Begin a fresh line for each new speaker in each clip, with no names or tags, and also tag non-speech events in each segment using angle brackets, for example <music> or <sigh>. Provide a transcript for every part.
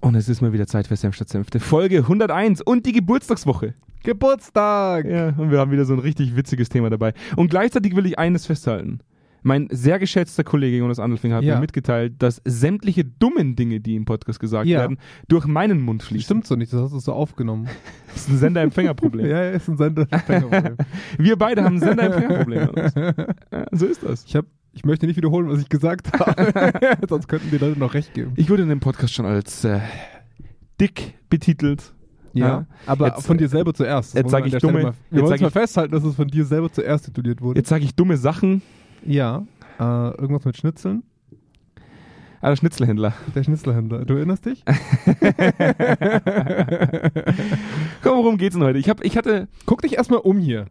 Und es ist mal wieder Zeit für Senf statt Senfte. Folge 101 und die Geburtstagswoche.
Geburtstag!
Ja, und wir haben wieder so ein richtig witziges Thema dabei. Und gleichzeitig will ich eines festhalten. Mein sehr geschätzter Kollege Jonas Andelfing hat
Ja.
mir mitgeteilt, dass sämtliche dummen Dinge, die im Podcast gesagt
Ja.
werden, durch meinen Mund fließen.
Stimmt so nicht, das hast du so
<laughs>
aufgenommen.
Das ist ein Sender-Empfänger-Problem.
<laughs> ja, ist ein Sender.
Wir beide haben ein Sender-Empfänger-Problem. Jonas. Ja, so ist das.
<laughs> ich, hab, ich möchte nicht wiederholen, was ich gesagt
<laughs>
<laughs> habe. Sonst könnten die Leute noch recht geben.
Ich wurde in dem Podcast schon als äh, dick betitelt. Ja.
aber
Jetzt-
von dir selber zuerst. Das
jetzt
wollen
sag
wir an
ich
der Stelle
dumme-
Mal, wir
jetzt
wollen
sag
es mal
ich-
festhalten, dass es von dir selber zuerst tituliert wurde.
Jetzt sage ich dumme Sachen.
Ja. Äh, irgendwas mit Schnitzeln.
Ah, der Schnitzelhändler.
Der Schnitzelhändler. Du erinnerst dich?
<laughs> Komm, worum geht's denn heute? Ich, hab, ich hatte.
Guck dich erstmal um hier.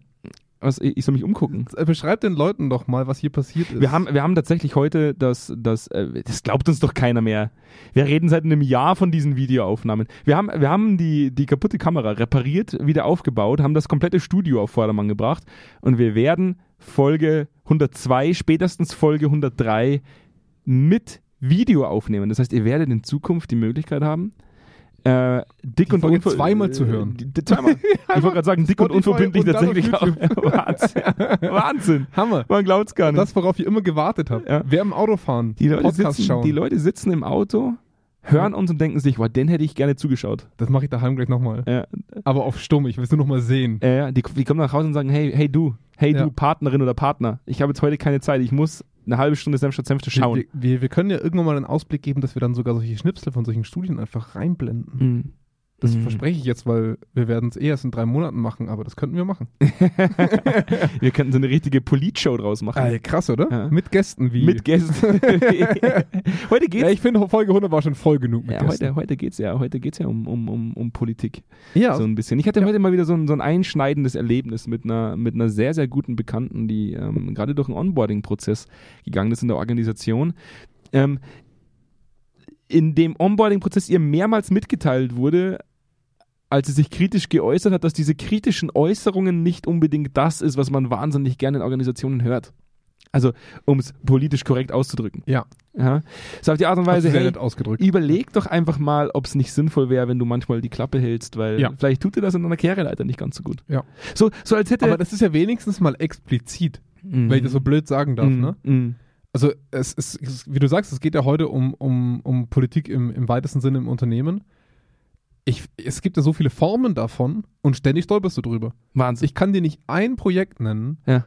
Was, ich ich soll mich umgucken.
Äh, Beschreib den Leuten doch mal, was hier passiert ist.
Wir haben, wir haben tatsächlich heute das, das, äh, das glaubt uns doch keiner mehr. Wir reden seit einem Jahr von diesen Videoaufnahmen. Wir haben, wir haben die, die kaputte Kamera repariert, wieder aufgebaut, haben das komplette Studio auf Vordermann gebracht und wir werden Folge 102, spätestens Folge 103 mit Video aufnehmen. Das heißt, ihr werdet in Zukunft die Möglichkeit haben, äh, dick
Die
und
Folge
unver-
zweimal zu
äh,
hören.
die- die-
<laughs>
Zweimal. ich wollte gerade sagen, dick und
Spotify
unverbindlich
und dann auf
tatsächlich auch. <laughs> Wahnsinn. Wahnsinn.
Hammer.
Man glaubt's gar nicht.
Das, worauf ihr immer gewartet habt.
Ja.
Wer im Auto fahren,
Die Leute,
Podcast
sitzen,
schauen.
die Leute sitzen im Auto, hören uns und denken sich, wow, den hätte ich gerne zugeschaut.
das mache ich daheim gleich nochmal.
Äh,
Aber auf stumm, ich will es nur nochmal sehen.
äh, die, die kommen nach Hause und sagen, hey, hey du, hey
Ja.
du, Partnerin oder Partner, ich habe jetzt heute keine Zeit, ich muss eine halbe Stunde Senf statt Senfte schauen.
Wir, wir, wir können ja irgendwann mal einen Ausblick geben, dass wir dann sogar solche Schnipsel von solchen Studien einfach reinblenden.
Mhm.
Das
Mhm.
verspreche ich jetzt, weil wir werden es eh erst in drei Monaten machen, aber das könnten wir machen.
<laughs> Wir könnten so eine richtige Politshow draus machen.
Ey, krass, oder?
Ja.
Mit Gästen wie. <laughs>
Mit Gästen. heute
ja,
geht's.
ich finde, Folge 100 war schon voll genug mit
Ja,
Gästen.
heute, heute geht's ja, heute geht's ja um, um, um, um Politik.
Ja,
So ein bisschen. Ich hatte heute mal wieder so ein, so ein einschneidendes Erlebnis mit einer, mit einer sehr, sehr guten Bekannten, die ähm, gerade durch einen Onboarding-Prozess gegangen ist in der Organisation. Ähm, in dem Onboarding-Prozess ihr mehrmals mitgeteilt wurde, als sie sich kritisch geäußert hat, dass diese kritischen Äußerungen nicht unbedingt das ist, was man wahnsinnig gerne in Organisationen hört. Also, um es politisch korrekt auszudrücken.
Ja.
ja. So auf die Art und
hast du
Weise,
sehr
hey,
nett ausgedrückt.
Überleg doch einfach mal, ob es nicht sinnvoll wäre, wenn du manchmal die Klappe hältst, weil
Ja.
vielleicht tut dir das in einer Kehre leider nicht ganz so gut.
Ja.
So, so als hätte.
Aber das ist ja wenigstens mal explizit,
Mhm.
wenn ich das so blöd sagen darf,
Mhm.
ne?
Mhm.
Also es ist, es, wie du sagst, es geht ja heute um, um, um Politik im, im weitesten Sinne im Unternehmen. Ich, es gibt ja so viele Formen davon und ständig stolperst du drüber. Also
Wahnsinn.
Ich kann dir nicht ein Projekt nennen,
Ja.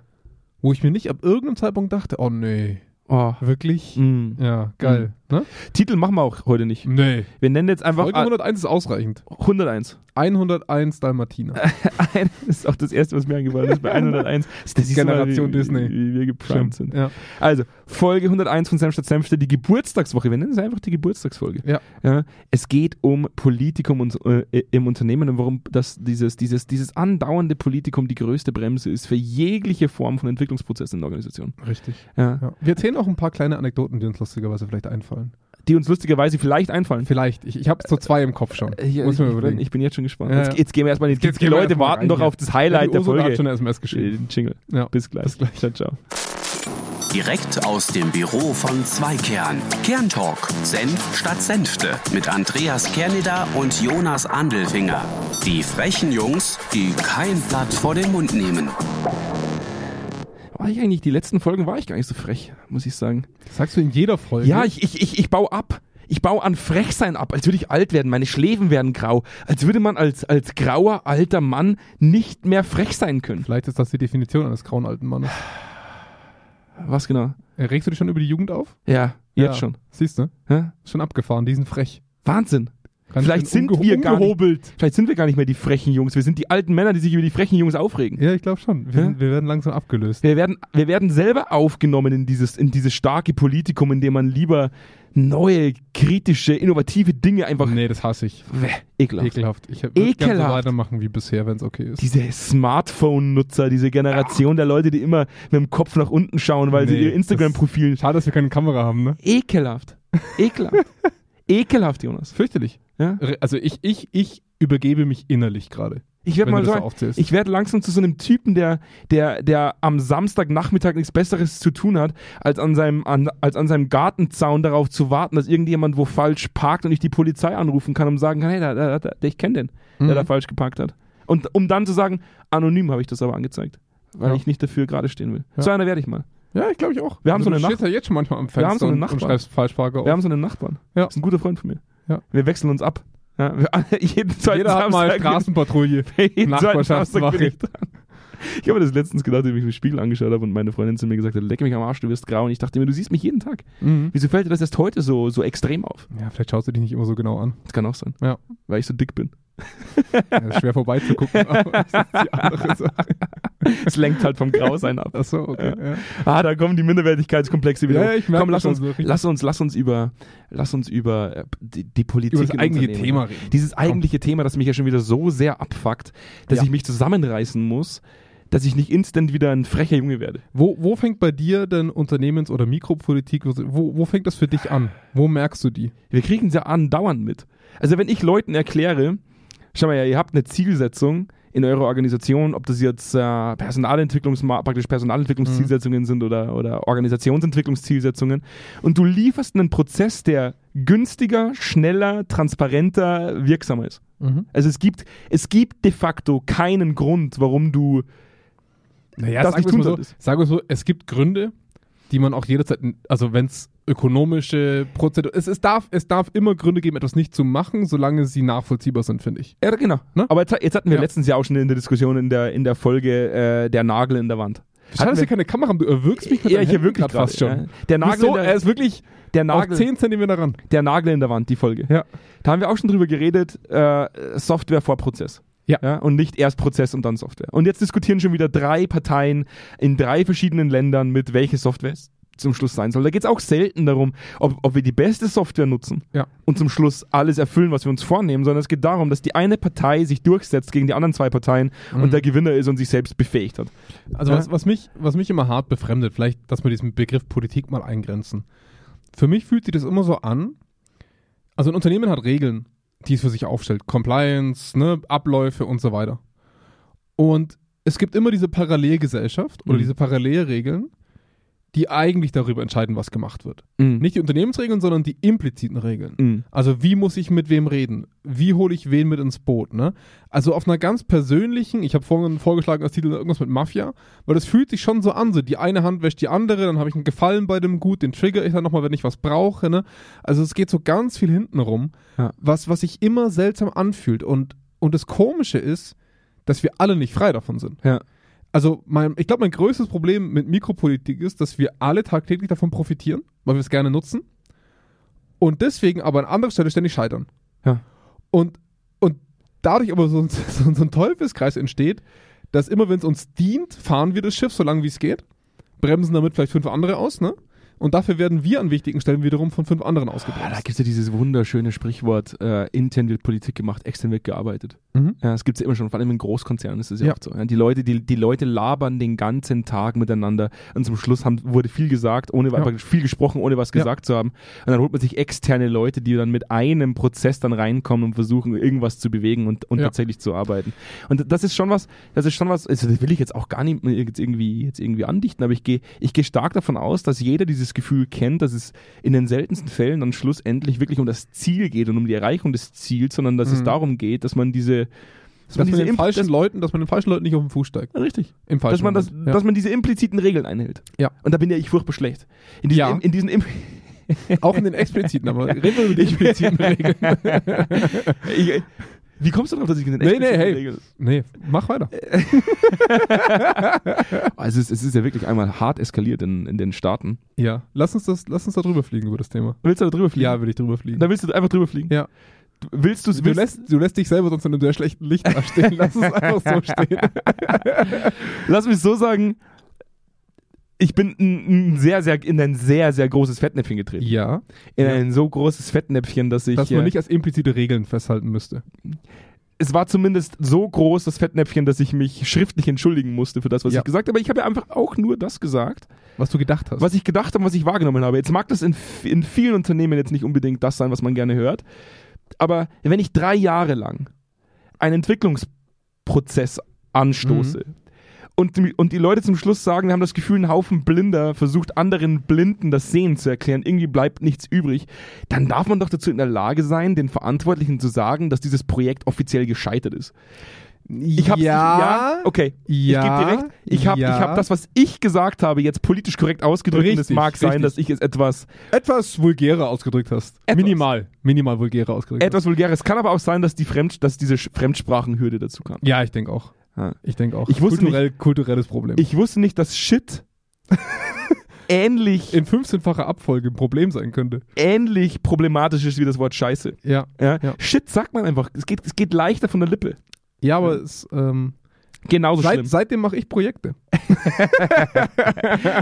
wo ich mir nicht ab irgendeinem Zeitpunkt dachte, oh nee,
oh.
wirklich?
Mhm.
Ja, geil. Ne?
Titel machen wir auch heute nicht.
Nee.
Wir nennen jetzt einfach
Folge 101 ist ausreichend.
ah, 101.
101 Dalmatiner.
<laughs> Ein- das ist auch das erste, was mir eingefallen
<laughs>
ist bei 101. Das ist
Generation
wie,
Disney.
Wie, wie wir geprimed sind.
Ja.
Also, Folge 101 von Sam statt Senfte, die Geburtstagswoche. Wir nennen es einfach die Geburtstagsfolge.
Ja.
es geht um Politikum und, äh, im Unternehmen und warum das, dieses, dieses, dieses andauernde Politikum die größte Bremse ist für jegliche Form von Entwicklungsprozessen in der Organisation.
Richtig.
Ja.
Ja. Wir erzählen auch ein paar kleine Anekdoten, die uns lustigerweise vielleicht einfallen.
Die uns lustigerweise vielleicht einfallen.
Vielleicht. Ich, ich habe so zwei im Kopf schon.
Ich, Äh,
Muss
ich,
mir
ich, bin,
überlegen.
ich bin jetzt schon gespannt.
Ja,
Jetzt,
ja.
jetzt gehen wir erstmal in die,
Jetzt
die
gehen wir
Leute
erstmal
warten
rein
doch
hier.
auf das Highlight
die
der
Ursula
Folge.
hat schon eine SMS geschrieben.
Den Jingle.
Ja.
Bis gleich.
Bis gleich.
Ciao, ciao.
Direkt aus dem Büro von Zweikern. Kerntalk. Senf statt Senfte. Mit Andreas Kerneder und Jonas Andelfinger. Die frechen Jungs, die kein Blatt vor den Mund nehmen.
War ich eigentlich, die letzten Folgen war ich gar nicht so frech, muss ich sagen.
Das sagst du in jeder Folge.
Ja, ich, ich, ich, ich baue ab. Ich baue an Frechsein ab, als würde ich alt werden. Meine Schläfen werden grau. Als würde man als, als grauer, alter Mann nicht mehr frech sein können.
Vielleicht ist das die Definition eines grauen alten Mannes.
Was genau?
Äh, Regst du dich schon über die Jugend auf?
Ja, jetzt
Ja.
schon.
Siehst du?
Ja?
Schon abgefahren, die sind frech.
Wahnsinn.
Ganz
Vielleicht
schön
sind wir gar nicht-
ungehobelt.
Vielleicht sind wir gar nicht mehr die frechen Jungs. Wir sind die alten Männer, die sich über die frechen Jungs aufregen.
Ja, ich glaube schon. Wir,
Ja?
sind, wir werden langsam abgelöst.
Wir werden, wir werden selber aufgenommen in dieses, in dieses starke Politikum, in dem man lieber neue, kritische, innovative Dinge einfach.
Nee, das hasse ich.
Bäh, Ekelhaft.
Ekelhaft. Ich würde gerne so
Ekelhaft.
weitermachen wie bisher, wenn es okay ist.
diese Smartphone-Nutzer, diese Generation der Leute, die immer mit dem Kopf nach unten schauen, weil sie
Nee,
ihr Instagram-Profil.
Schade, dass wir keine Kamera haben, ne?
Ekelhaft.
<laughs>
Ekelhaft. Ekelhaft, Jonas.
Fürchterlich.
Ja?
Re- Also ich, ich, ich übergebe mich innerlich gerade.
ich werde
Wenn
mal
du das
sagen,
aufzählst.
ich werde langsam zu so einem Typen, der, der, der am Samstagnachmittag nichts Besseres zu tun hat, als an, seinem, an, als an seinem Gartenzaun darauf zu warten, dass irgendjemand wo falsch parkt und ich die Polizei anrufen kann und sagen kann, hey, da, da, da, ich kenne den, der
Mhm.
da falsch geparkt hat. Und um dann zu sagen, anonym habe ich das aber angezeigt, weil
Ja.
ich nicht dafür gerade stehen will.
Ja.
So einer werde ich mal.
Ja, ich glaube ich auch. Also
Wir haben so eine
du
Nach-
stehst ja jetzt schon manchmal am Fenster
Wir haben so eine
und- und
Nachbarn.
schreibst Falschparker
Wir
auf.
haben so einen Nachbarn.
Ja.
Ist ein guter Freund von mir.
Ja.
Wir wechseln uns ab. Ja, wir, <laughs> jeden zweiten
Jeder hat mal
Samstag-
Straßenpatrouille.
<laughs> jeden zweiten Samstag bin
Nachbarschaftswache.
ich dran. Ich habe mir das letztens gedacht, als ich mich im Spiegel angeschaut habe und meine Freundin zu mir gesagt hat, leck mich am Arsch, du wirst grau. Und ich dachte mir, du siehst mich jeden Tag.
Mhm.
Wieso fällt dir das erst heute so, so extrem auf?
Ja, vielleicht schaust du dich nicht immer so genau an.
Das kann auch sein.
Ja.
Weil ich so dick bin.
Ja, ist
<laughs>
schwer vorbeizugucken, aber das ist die andere Sache.
Es lenkt halt vom
<laughs>
Grausein ab.
Achso, okay. Ja.
Ah, da kommen die Minderwertigkeitskomplexe wieder.
Ja,
hoch.
ich merke
Komm, lass
schon
uns,
so richtig.
lass uns, lass uns über, lass uns über äh, die, die Politik.
Über das
in
eigentliche
Unternehmen.
Thema reden.
Dieses eigentliche Thema, das mich ja schon wieder so sehr abfuckt, dass
Ja.
ich mich zusammenreißen muss, dass ich nicht instant wieder ein frecher Junge werde.
Wo, wo fängt bei dir denn Unternehmens- oder Mikropolitik, wo, wo fängt das für dich an? Wo merkst du die?
Wir kriegen es ja andauernd mit. Also wenn ich Leuten erkläre, schau mal ja, ihr habt eine Zielsetzung in eurer Organisation, ob das jetzt äh, Personalentwicklungs praktisch Personalentwicklungszielsetzungen
Mhm.
sind oder, oder Organisationsentwicklungszielsetzungen und du lieferst einen Prozess, der günstiger, schneller, transparenter, wirksamer ist. Also es gibt, es gibt de facto keinen Grund, warum du
Naja,
das
sagen
nicht
wir's mal
tun
so,
solltest.
sagen wir so, es gibt Gründe, die man auch jederzeit, also wenn es ökonomische Prozedur, es, es, darf, es darf immer Gründe geben, etwas nicht zu machen, solange sie nachvollziehbar sind, finde ich.
Ja, genau.
Ne?
Aber jetzt, jetzt hatten wir
Ja.
letztens ja auch schon in der Diskussion in der, in der Folge äh, der Nagel in der Wand.
Schade, dass
wir-
hier keine Kamera haben, du erwürgst mich mit
Ja,
deinen
ich
Händen
erwürg dich
grad fast
gerade,
schon.
ja. Der
Du
Nagel
bist
in
so,
der-
er ist wirklich
Der
auf
Nagel,
10 Zentimeter ran.
der Nagel in der Wand, die Folge.
Ja.
Da haben wir auch schon drüber geredet, äh, Software vor Prozess.
Ja.
Und nicht erst Prozess und dann Software. Und jetzt diskutieren schon wieder drei Parteien in drei verschiedenen Ländern mit, welche Software es zum Schluss sein soll. Da geht es auch selten darum, ob, ob wir die beste Software nutzen
Ja.
und zum Schluss alles erfüllen, was wir uns vornehmen, sondern es geht darum, dass die eine Partei sich durchsetzt gegen die anderen zwei Parteien und der Gewinner ist und sich selbst befähigt hat.
Also
Ja.
was, was, mich, was mich immer hart befremdet, vielleicht, dass wir diesen Begriff Politik mal eingrenzen. Für mich fühlt sich das immer so an, also ein Unternehmen hat Regeln, die es für sich aufstellt. Compliance, ne, Abläufe und so weiter. Und es gibt immer diese Parallelgesellschaft oder
Mhm.
diese Parallelregeln, die eigentlich darüber entscheiden, was gemacht wird. Nicht die Unternehmensregeln, sondern die impliziten Regeln.
Mhm.
Also wie muss ich mit wem reden? Wie hole ich wen mit ins Boot? Ne? Also auf einer ganz persönlichen, ich habe vorhin vorgeschlagen als Titel irgendwas mit Mafia, weil das fühlt sich schon so an, so die eine Hand wäscht die andere, dann habe ich einen Gefallen bei dem Gut, den trigger ich dann nochmal, wenn ich was brauche. Ne? Also es geht so ganz viel hinten rum,
Ja.
was, was sich immer seltsam anfühlt. Und, und das Komische ist, dass wir alle nicht frei davon sind.
Ja.
Also mein, ich glaube, mein größtes Problem mit Mikropolitik ist, dass wir alle tagtäglich davon profitieren, weil wir es gerne nutzen und deswegen aber an anderer Stelle ständig scheitern.
Ja.
Und, und dadurch aber so, ein- <laughs> so, ein- so ein Teufelskreis entsteht, dass immer wenn es uns dient, fahren wir das Schiff so lange wie es geht, bremsen damit vielleicht fünf andere aus, ne? Und dafür werden wir an wichtigen Stellen wiederum von fünf anderen
Ah, da
ausgebremst.
gibt es ja dieses wunderschöne Sprichwort, äh, intern wird Politik gemacht, extern wird gearbeitet.
Mhm.
Ja, das gibt es ja immer schon, vor allem in Großkonzernen ist es ja,
Ja.
oft so. Ja, die, Leute, die, die Leute labern den ganzen Tag miteinander und zum Schluss haben, wurde viel gesagt, ohne
Ja.
praktisch viel gesprochen, ohne was
Ja.
gesagt zu haben. Und dann holt man sich externe Leute, die dann mit einem Prozess dann reinkommen und versuchen, irgendwas zu bewegen und, und
Ja.
tatsächlich zu arbeiten. Und das ist schon was, das ist schon was, also das will ich jetzt auch gar nicht jetzt irgendwie, jetzt irgendwie andichten, aber ich gehe ich gehe stark davon aus, dass jeder dieses Gefühl kennt, dass es in den seltensten Fällen dann schlussendlich wirklich um das Ziel geht und um die Erreichung des Ziels, sondern dass es
Mhm.
darum geht, dass man diese dass
Dass man,
diese
den
Impf-
falschen Leuten, dass man den falschen Leuten nicht auf den Fuß steigt.
dass, richtig,
Im falschen
dass man, das,
Moment. Ja.
dass man diese impliziten Regeln einhält.
Ja.
Und da bin ja ich furchtbar schlecht. In diesen,
Ja.
im- in diesen im-
Auch in den expliziten, <laughs> aber reden wir
<laughs>
über die <laughs> impliziten Regeln.
ich, wie kommst du darauf, dass ich in den
Nee, nee,
expliziten
hey.
Regeln-
Nee, mach weiter. Ah,
Also es, ist- es ist ja wirklich einmal hart eskaliert in, in den Staaten.
Ja, lass uns, das, lass uns da drüber fliegen über das Thema.
Willst du da drüber fliegen?
Ja, will ich drüber fliegen.
Da willst du einfach drüber fliegen?
Ja.
Du- Willst du's-
Du
willst,
lässt, du lässt dich selber sonst in einem sehr schlechten Licht dastehen. Lass <laughs> es einfach so stehen.
Lass mich so sagen, ich bin ein, ein sehr, sehr, in ein sehr, sehr großes Fettnäpfchen getreten.
Ja,
In
Ja.
ein so großes Fettnäpfchen, dass ich.
dass man
äh,
nicht als implizite Regeln festhalten müsste.
es war zumindest so groß, das Fettnäpfchen, dass ich mich schriftlich entschuldigen musste für das, was
Ja.
ich gesagt habe. Aber ich habe ja einfach auch nur das gesagt,
Was du gedacht hast.
was ich gedacht habe, was ich wahrgenommen habe. Jetzt mag das in, f- in vielen Unternehmen jetzt nicht unbedingt das sein, was man gerne hört. Aber wenn ich drei Jahre lang einen Entwicklungs Prozess anstoße. Und, die- und die Leute zum Schluss sagen, wir haben das Gefühl, ein Haufen Blinder versucht anderen Blinden das Sehen zu erklären, irgendwie bleibt nichts übrig, dann darf man doch dazu in der Lage sein, den Verantwortlichen zu sagen, dass dieses Projekt offiziell gescheitert ist. Ich hab's, ja okay,
Ja.
ich gebe dir recht. Ich habe
Ja.
hab das, was ich gesagt habe, jetzt politisch korrekt ausgedrückt und es
Richtig,
mag sein,
richtig.
dass ich es etwas,
etwas vulgärer ausgedrückt hast.
Etwas.
Minimal. Minimal vulgärer ausgedrückt
etwas vulgäres. Kann aber auch sein, dass, die Fremd, dass diese Sch- Fremdsprachenhürde dazu kam.
hast. Ja, ich denke auch.
Ja.
Ich denke auch.
Ich wusste
Kulturell, kulturelles Problem.
Ich wusste nicht, dass Shit <laughs> ähnlich,
in 15-facher Abfolge ein Problem sein könnte.
ähnlich problematisch ist wie das Wort Scheiße.
Ja.
Ja?
Ja.
Shit sagt man einfach. Es geht, es geht leichter von der Lippe.
Ja, aber es, ähm,
Genauso
seit,
schlimm.
seitdem mache ich Projekte.
<laughs>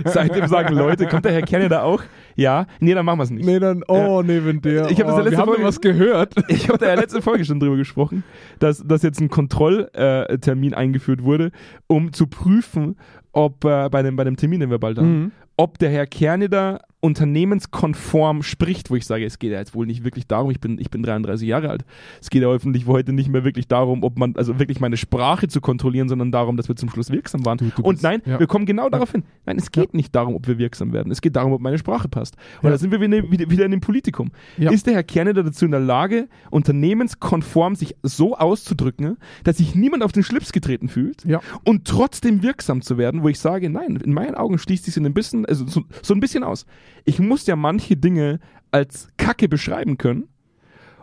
Seitdem sagen Leute, kommt der Herr Canada auch? Ja. Nee, dann machen wir es nicht.
Nee, dann, oh, nee, wenn der.
Ich hab das
oh,
ja letzte
wir haben
Folge-
da was gehört.
<laughs> Ich habe da ja letzte Folge schon drüber gesprochen, dass, dass jetzt ein Kontrolltermin eingeführt wurde, um zu prüfen, ob äh, bei, dem, bei dem Termin, den wir bald haben,
<laughs> Mhm.
ob der Herr Kerneder unternehmenskonform spricht, wo ich sage, es geht ja jetzt wohl nicht wirklich darum, ich bin, ich bin 33 Jahre alt, es geht ja hoffentlich heute nicht mehr wirklich darum, ob man, also wirklich meine Sprache zu kontrollieren, sondern darum, dass wir zum Schluss wirksam waren.
Du- du
Und
bist-
nein,
ja.
wir kommen genau darauf hin. Nein, es geht nicht darum, ob wir wirksam werden, es geht darum, ob meine Sprache passt. Und
Ja.
da sind wir wieder- wieder wieder in dem Politikum.
Ja.
Ist der Herr Kerneder dazu in der Lage, unternehmenskonform sich so auszudrücken, dass sich niemand auf den Schlips getreten fühlt
Ja.
und trotzdem wirksam zu werden, wo ich sage, nein, in meinen Augen schließt sich so ein bisschen, also so, so ein bisschen aus. Ich muss ja manche Dinge als Kacke beschreiben können,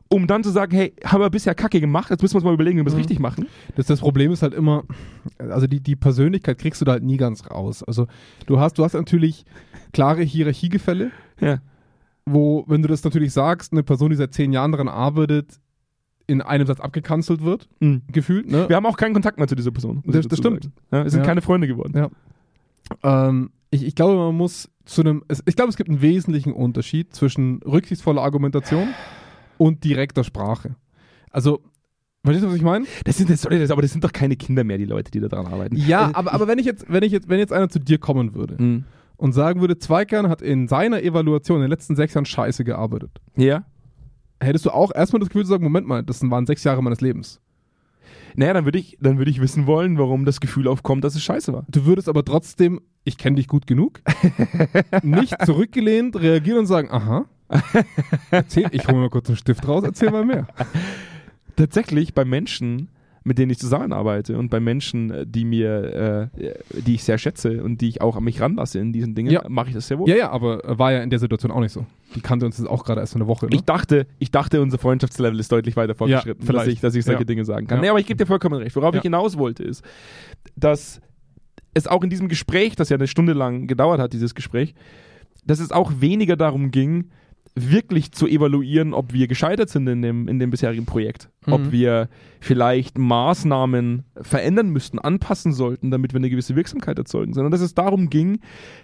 um dann zu sagen, hey, haben wir bisher Kacke gemacht, jetzt müssen wir uns mal überlegen, wie wir
Mhm.
es richtig machen.
Das, das Problem ist halt immer, also die, die Persönlichkeit kriegst du da halt nie ganz raus. Also du hast, du hast natürlich klare Hierarchiegefälle,
Ja.
wo, wenn du das natürlich sagst, eine Person, die seit zehn Jahren daran arbeitet, in einem Satz abgekanzelt wird,
Mhm.
gefühlt, ne?
Wir haben auch keinen Kontakt mehr zu dieser Person. muss
Das-
ich
das
dazu
stimmt.
sagen. Ja, wir sind
Ja.
keine Freunde geworden.
Ähm, ich, ich glaube, man muss zu einem. es- Ich glaube, es gibt einen wesentlichen Unterschied zwischen rücksichtsvoller Argumentation und direkter Sprache. Also, verstehst du, was ich meine?
Das sind, sorry, das, aber das sind doch keine Kinder mehr, die Leute, die da dran arbeiten.
Ja, aber, aber wenn Äh, ich jetzt, wenn ich jetzt, wenn jetzt einer zu dir kommen würde
Mhm.
und sagen würde, Zweikern hat in seiner Evaluation in den letzten sechs Jahren scheiße gearbeitet,
Ja.
hättest du auch erstmal das Gefühl zu sagen, Moment mal, das waren sechs Jahre meines Lebens.
Naja, dann würde ich, dann würde ich wissen wollen, warum das Gefühl aufkommt, dass es scheiße war.
Du würdest aber trotzdem, ich kenne dich gut <laughs> genug, nicht zurückgelehnt reagieren und sagen, aha, erzähl, ich hole mal kurz einen Stift raus, erzähl mal mehr.
Tatsächlich bei Menschen, mit denen ich zusammenarbeite und bei Menschen, äh, die mir, äh, die ich sehr schätze und die ich auch an mich ranlasse in diesen Dingen,
Ja.
mache ich das sehr wohl.
Ja, ja, aber äh, war ja in der Situation auch nicht so. Die kannte uns jetzt auch gerade erst vor einer Woche. Ne?
Ich dachte, ich dachte, unser Freundschaftslevel ist deutlich weiter fortgeschritten, dass,
vielleicht.
ich, dass ich solche
Ja.
Dinge sagen kann.
Ja.
Nee, aber ich gebe dir vollkommen recht. Worauf
Ja.
ich hinaus wollte, ist, dass es auch in diesem Gespräch, das ja eine Stunde lang gedauert hat, dieses Gespräch, dass es auch weniger darum ging, wirklich zu evaluieren, ob wir gescheitert sind in dem, in dem bisherigen Projekt. Ob wir vielleicht Maßnahmen verändern müssten, anpassen sollten, damit wir eine gewisse Wirksamkeit erzeugen. Sondern dass es darum ging,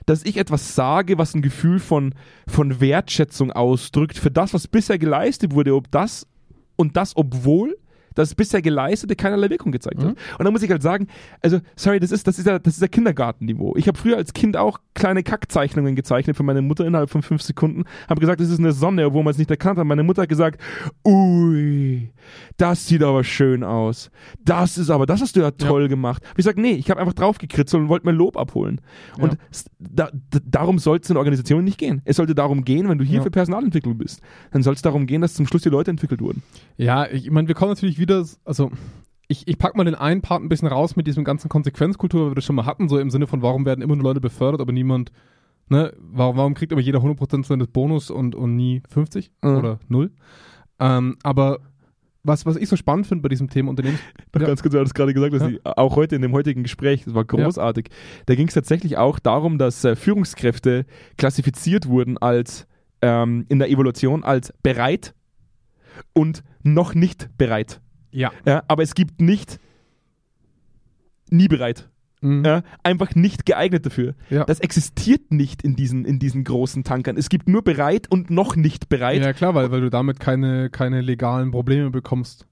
dass ich etwas sage, was ein Gefühl von, von Wertschätzung ausdrückt für das, was bisher geleistet wurde, ob das und das, obwohl das bisher Geleistete keinerlei Wirkung gezeigt
Mhm.
hat. Und da muss ich halt sagen, also, sorry, das ist, das ist ja, das ist ja Kindergartenniveau. Ich habe früher als Kind auch kleine Kackzeichnungen gezeichnet für meine Mutter innerhalb von fünf Sekunden, habe gesagt, das ist eine Sonne, obwohl man es nicht erkannt hat. Meine Mutter hat gesagt, ui, das sieht aber schön aus. Das ist aber, das hast du ja toll gemacht. Hab Ich sage, nee, ich habe einfach drauf gekritzelt und wollte mir Lob abholen. Und
Ja.
s- da, d- darum soll es in Organisationen nicht gehen. Es sollte darum gehen, wenn du hier
Ja.
für Personalentwicklung bist, dann soll es darum gehen, dass zum Schluss die Leute entwickelt wurden.
Ja, ich meine, wir kommen natürlich wieder, also ich, ich packe mal den einen Part ein bisschen raus mit diesem ganzen Konsequenzkultur, weil wir das schon mal hatten, so im Sinne von, warum werden immer nur Leute befördert, aber niemand, ne, warum, warum kriegt aber jeder 100% seines Bonus und, und nie 50
Mhm.
oder 0? Ähm, aber was, was ich so spannend finde bei diesem Thema Unternehmens...
Noch
Ja.
ganz kurz, du hattest gerade gesagt, dass
Ja.
sie auch heute in dem heutigen Gespräch, das war großartig, da ging es tatsächlich auch darum, dass äh, Führungskräfte klassifiziert wurden als ähm, in der Evolution als bereit und noch nicht bereit.
Ja.
Ja, aber es gibt nicht nie bereit.
Mhm.
Ja, einfach nicht geeignet dafür.
Ja.
Äh, Das existiert nicht in diesen, in diesen großen Tankern. Es gibt nur bereit und noch nicht bereit. <laughs>
Ja, klar, weil, weil du damit keine, keine legalen Probleme bekommst.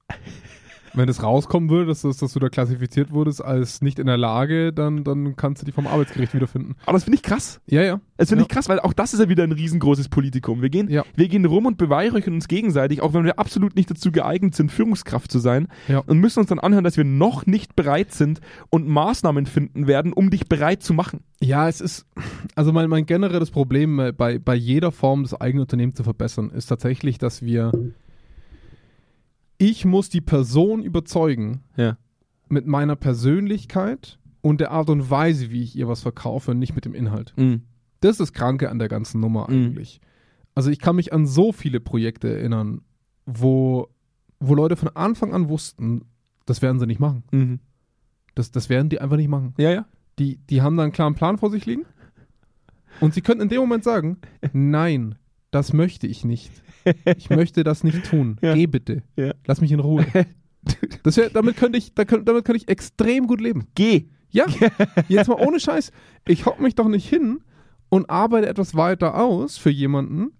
Wenn das rauskommen würde, dass, das- dass du da klassifiziert wurdest als nicht in der Lage, dann, dann kannst du dich vom Arbeitsgericht wiederfinden.
Aber das finde ich krass.
Ja, ja.
Das finde
Ja.
ich krass, weil auch das ist ja wieder ein riesengroßes Politikum. Wir gehen,
Ja.
wir gehen rum und beweihräuchern uns gegenseitig, auch wenn wir absolut nicht dazu geeignet sind, Führungskraft zu sein.
Ja.
Und müssen uns dann anhören, dass wir noch nicht bereit sind und Maßnahmen finden werden, um dich bereit zu machen.
Ja, es ist, also mein, mein generelles Problem äh, bei, bei jeder Form, das eigene Unternehmen zu verbessern, ist tatsächlich, dass wir, ich muss die Person überzeugen
Ja.
mit meiner Persönlichkeit und der Art und Weise, wie ich ihr was verkaufe, nicht mit dem Inhalt. Das ist das Kranke an der ganzen Nummer
Mhm.
eigentlich. Also ich kann mich an so viele Projekte erinnern, wo, wo Leute von Anfang an wussten, das werden sie nicht machen.
Mhm.
Das, das werden die einfach nicht machen
Ja, ja.
die, die haben da einen klaren Plan vor sich liegen. Und sie könnten in dem Moment sagen, nein, das möchte ich nicht. Ich möchte das nicht tun.
<laughs> Ja.
Geh bitte.
Ja.
Lass mich
<laughs>
in Ruhe. Das wär, damit, könnte ich, da könnt, damit könnte ich extrem gut leben.
Geh. <laughs>
Ja, jetzt mal ohne Scheiß. Ich hock mich doch nicht hin und arbeite etwas weiter aus für jemanden,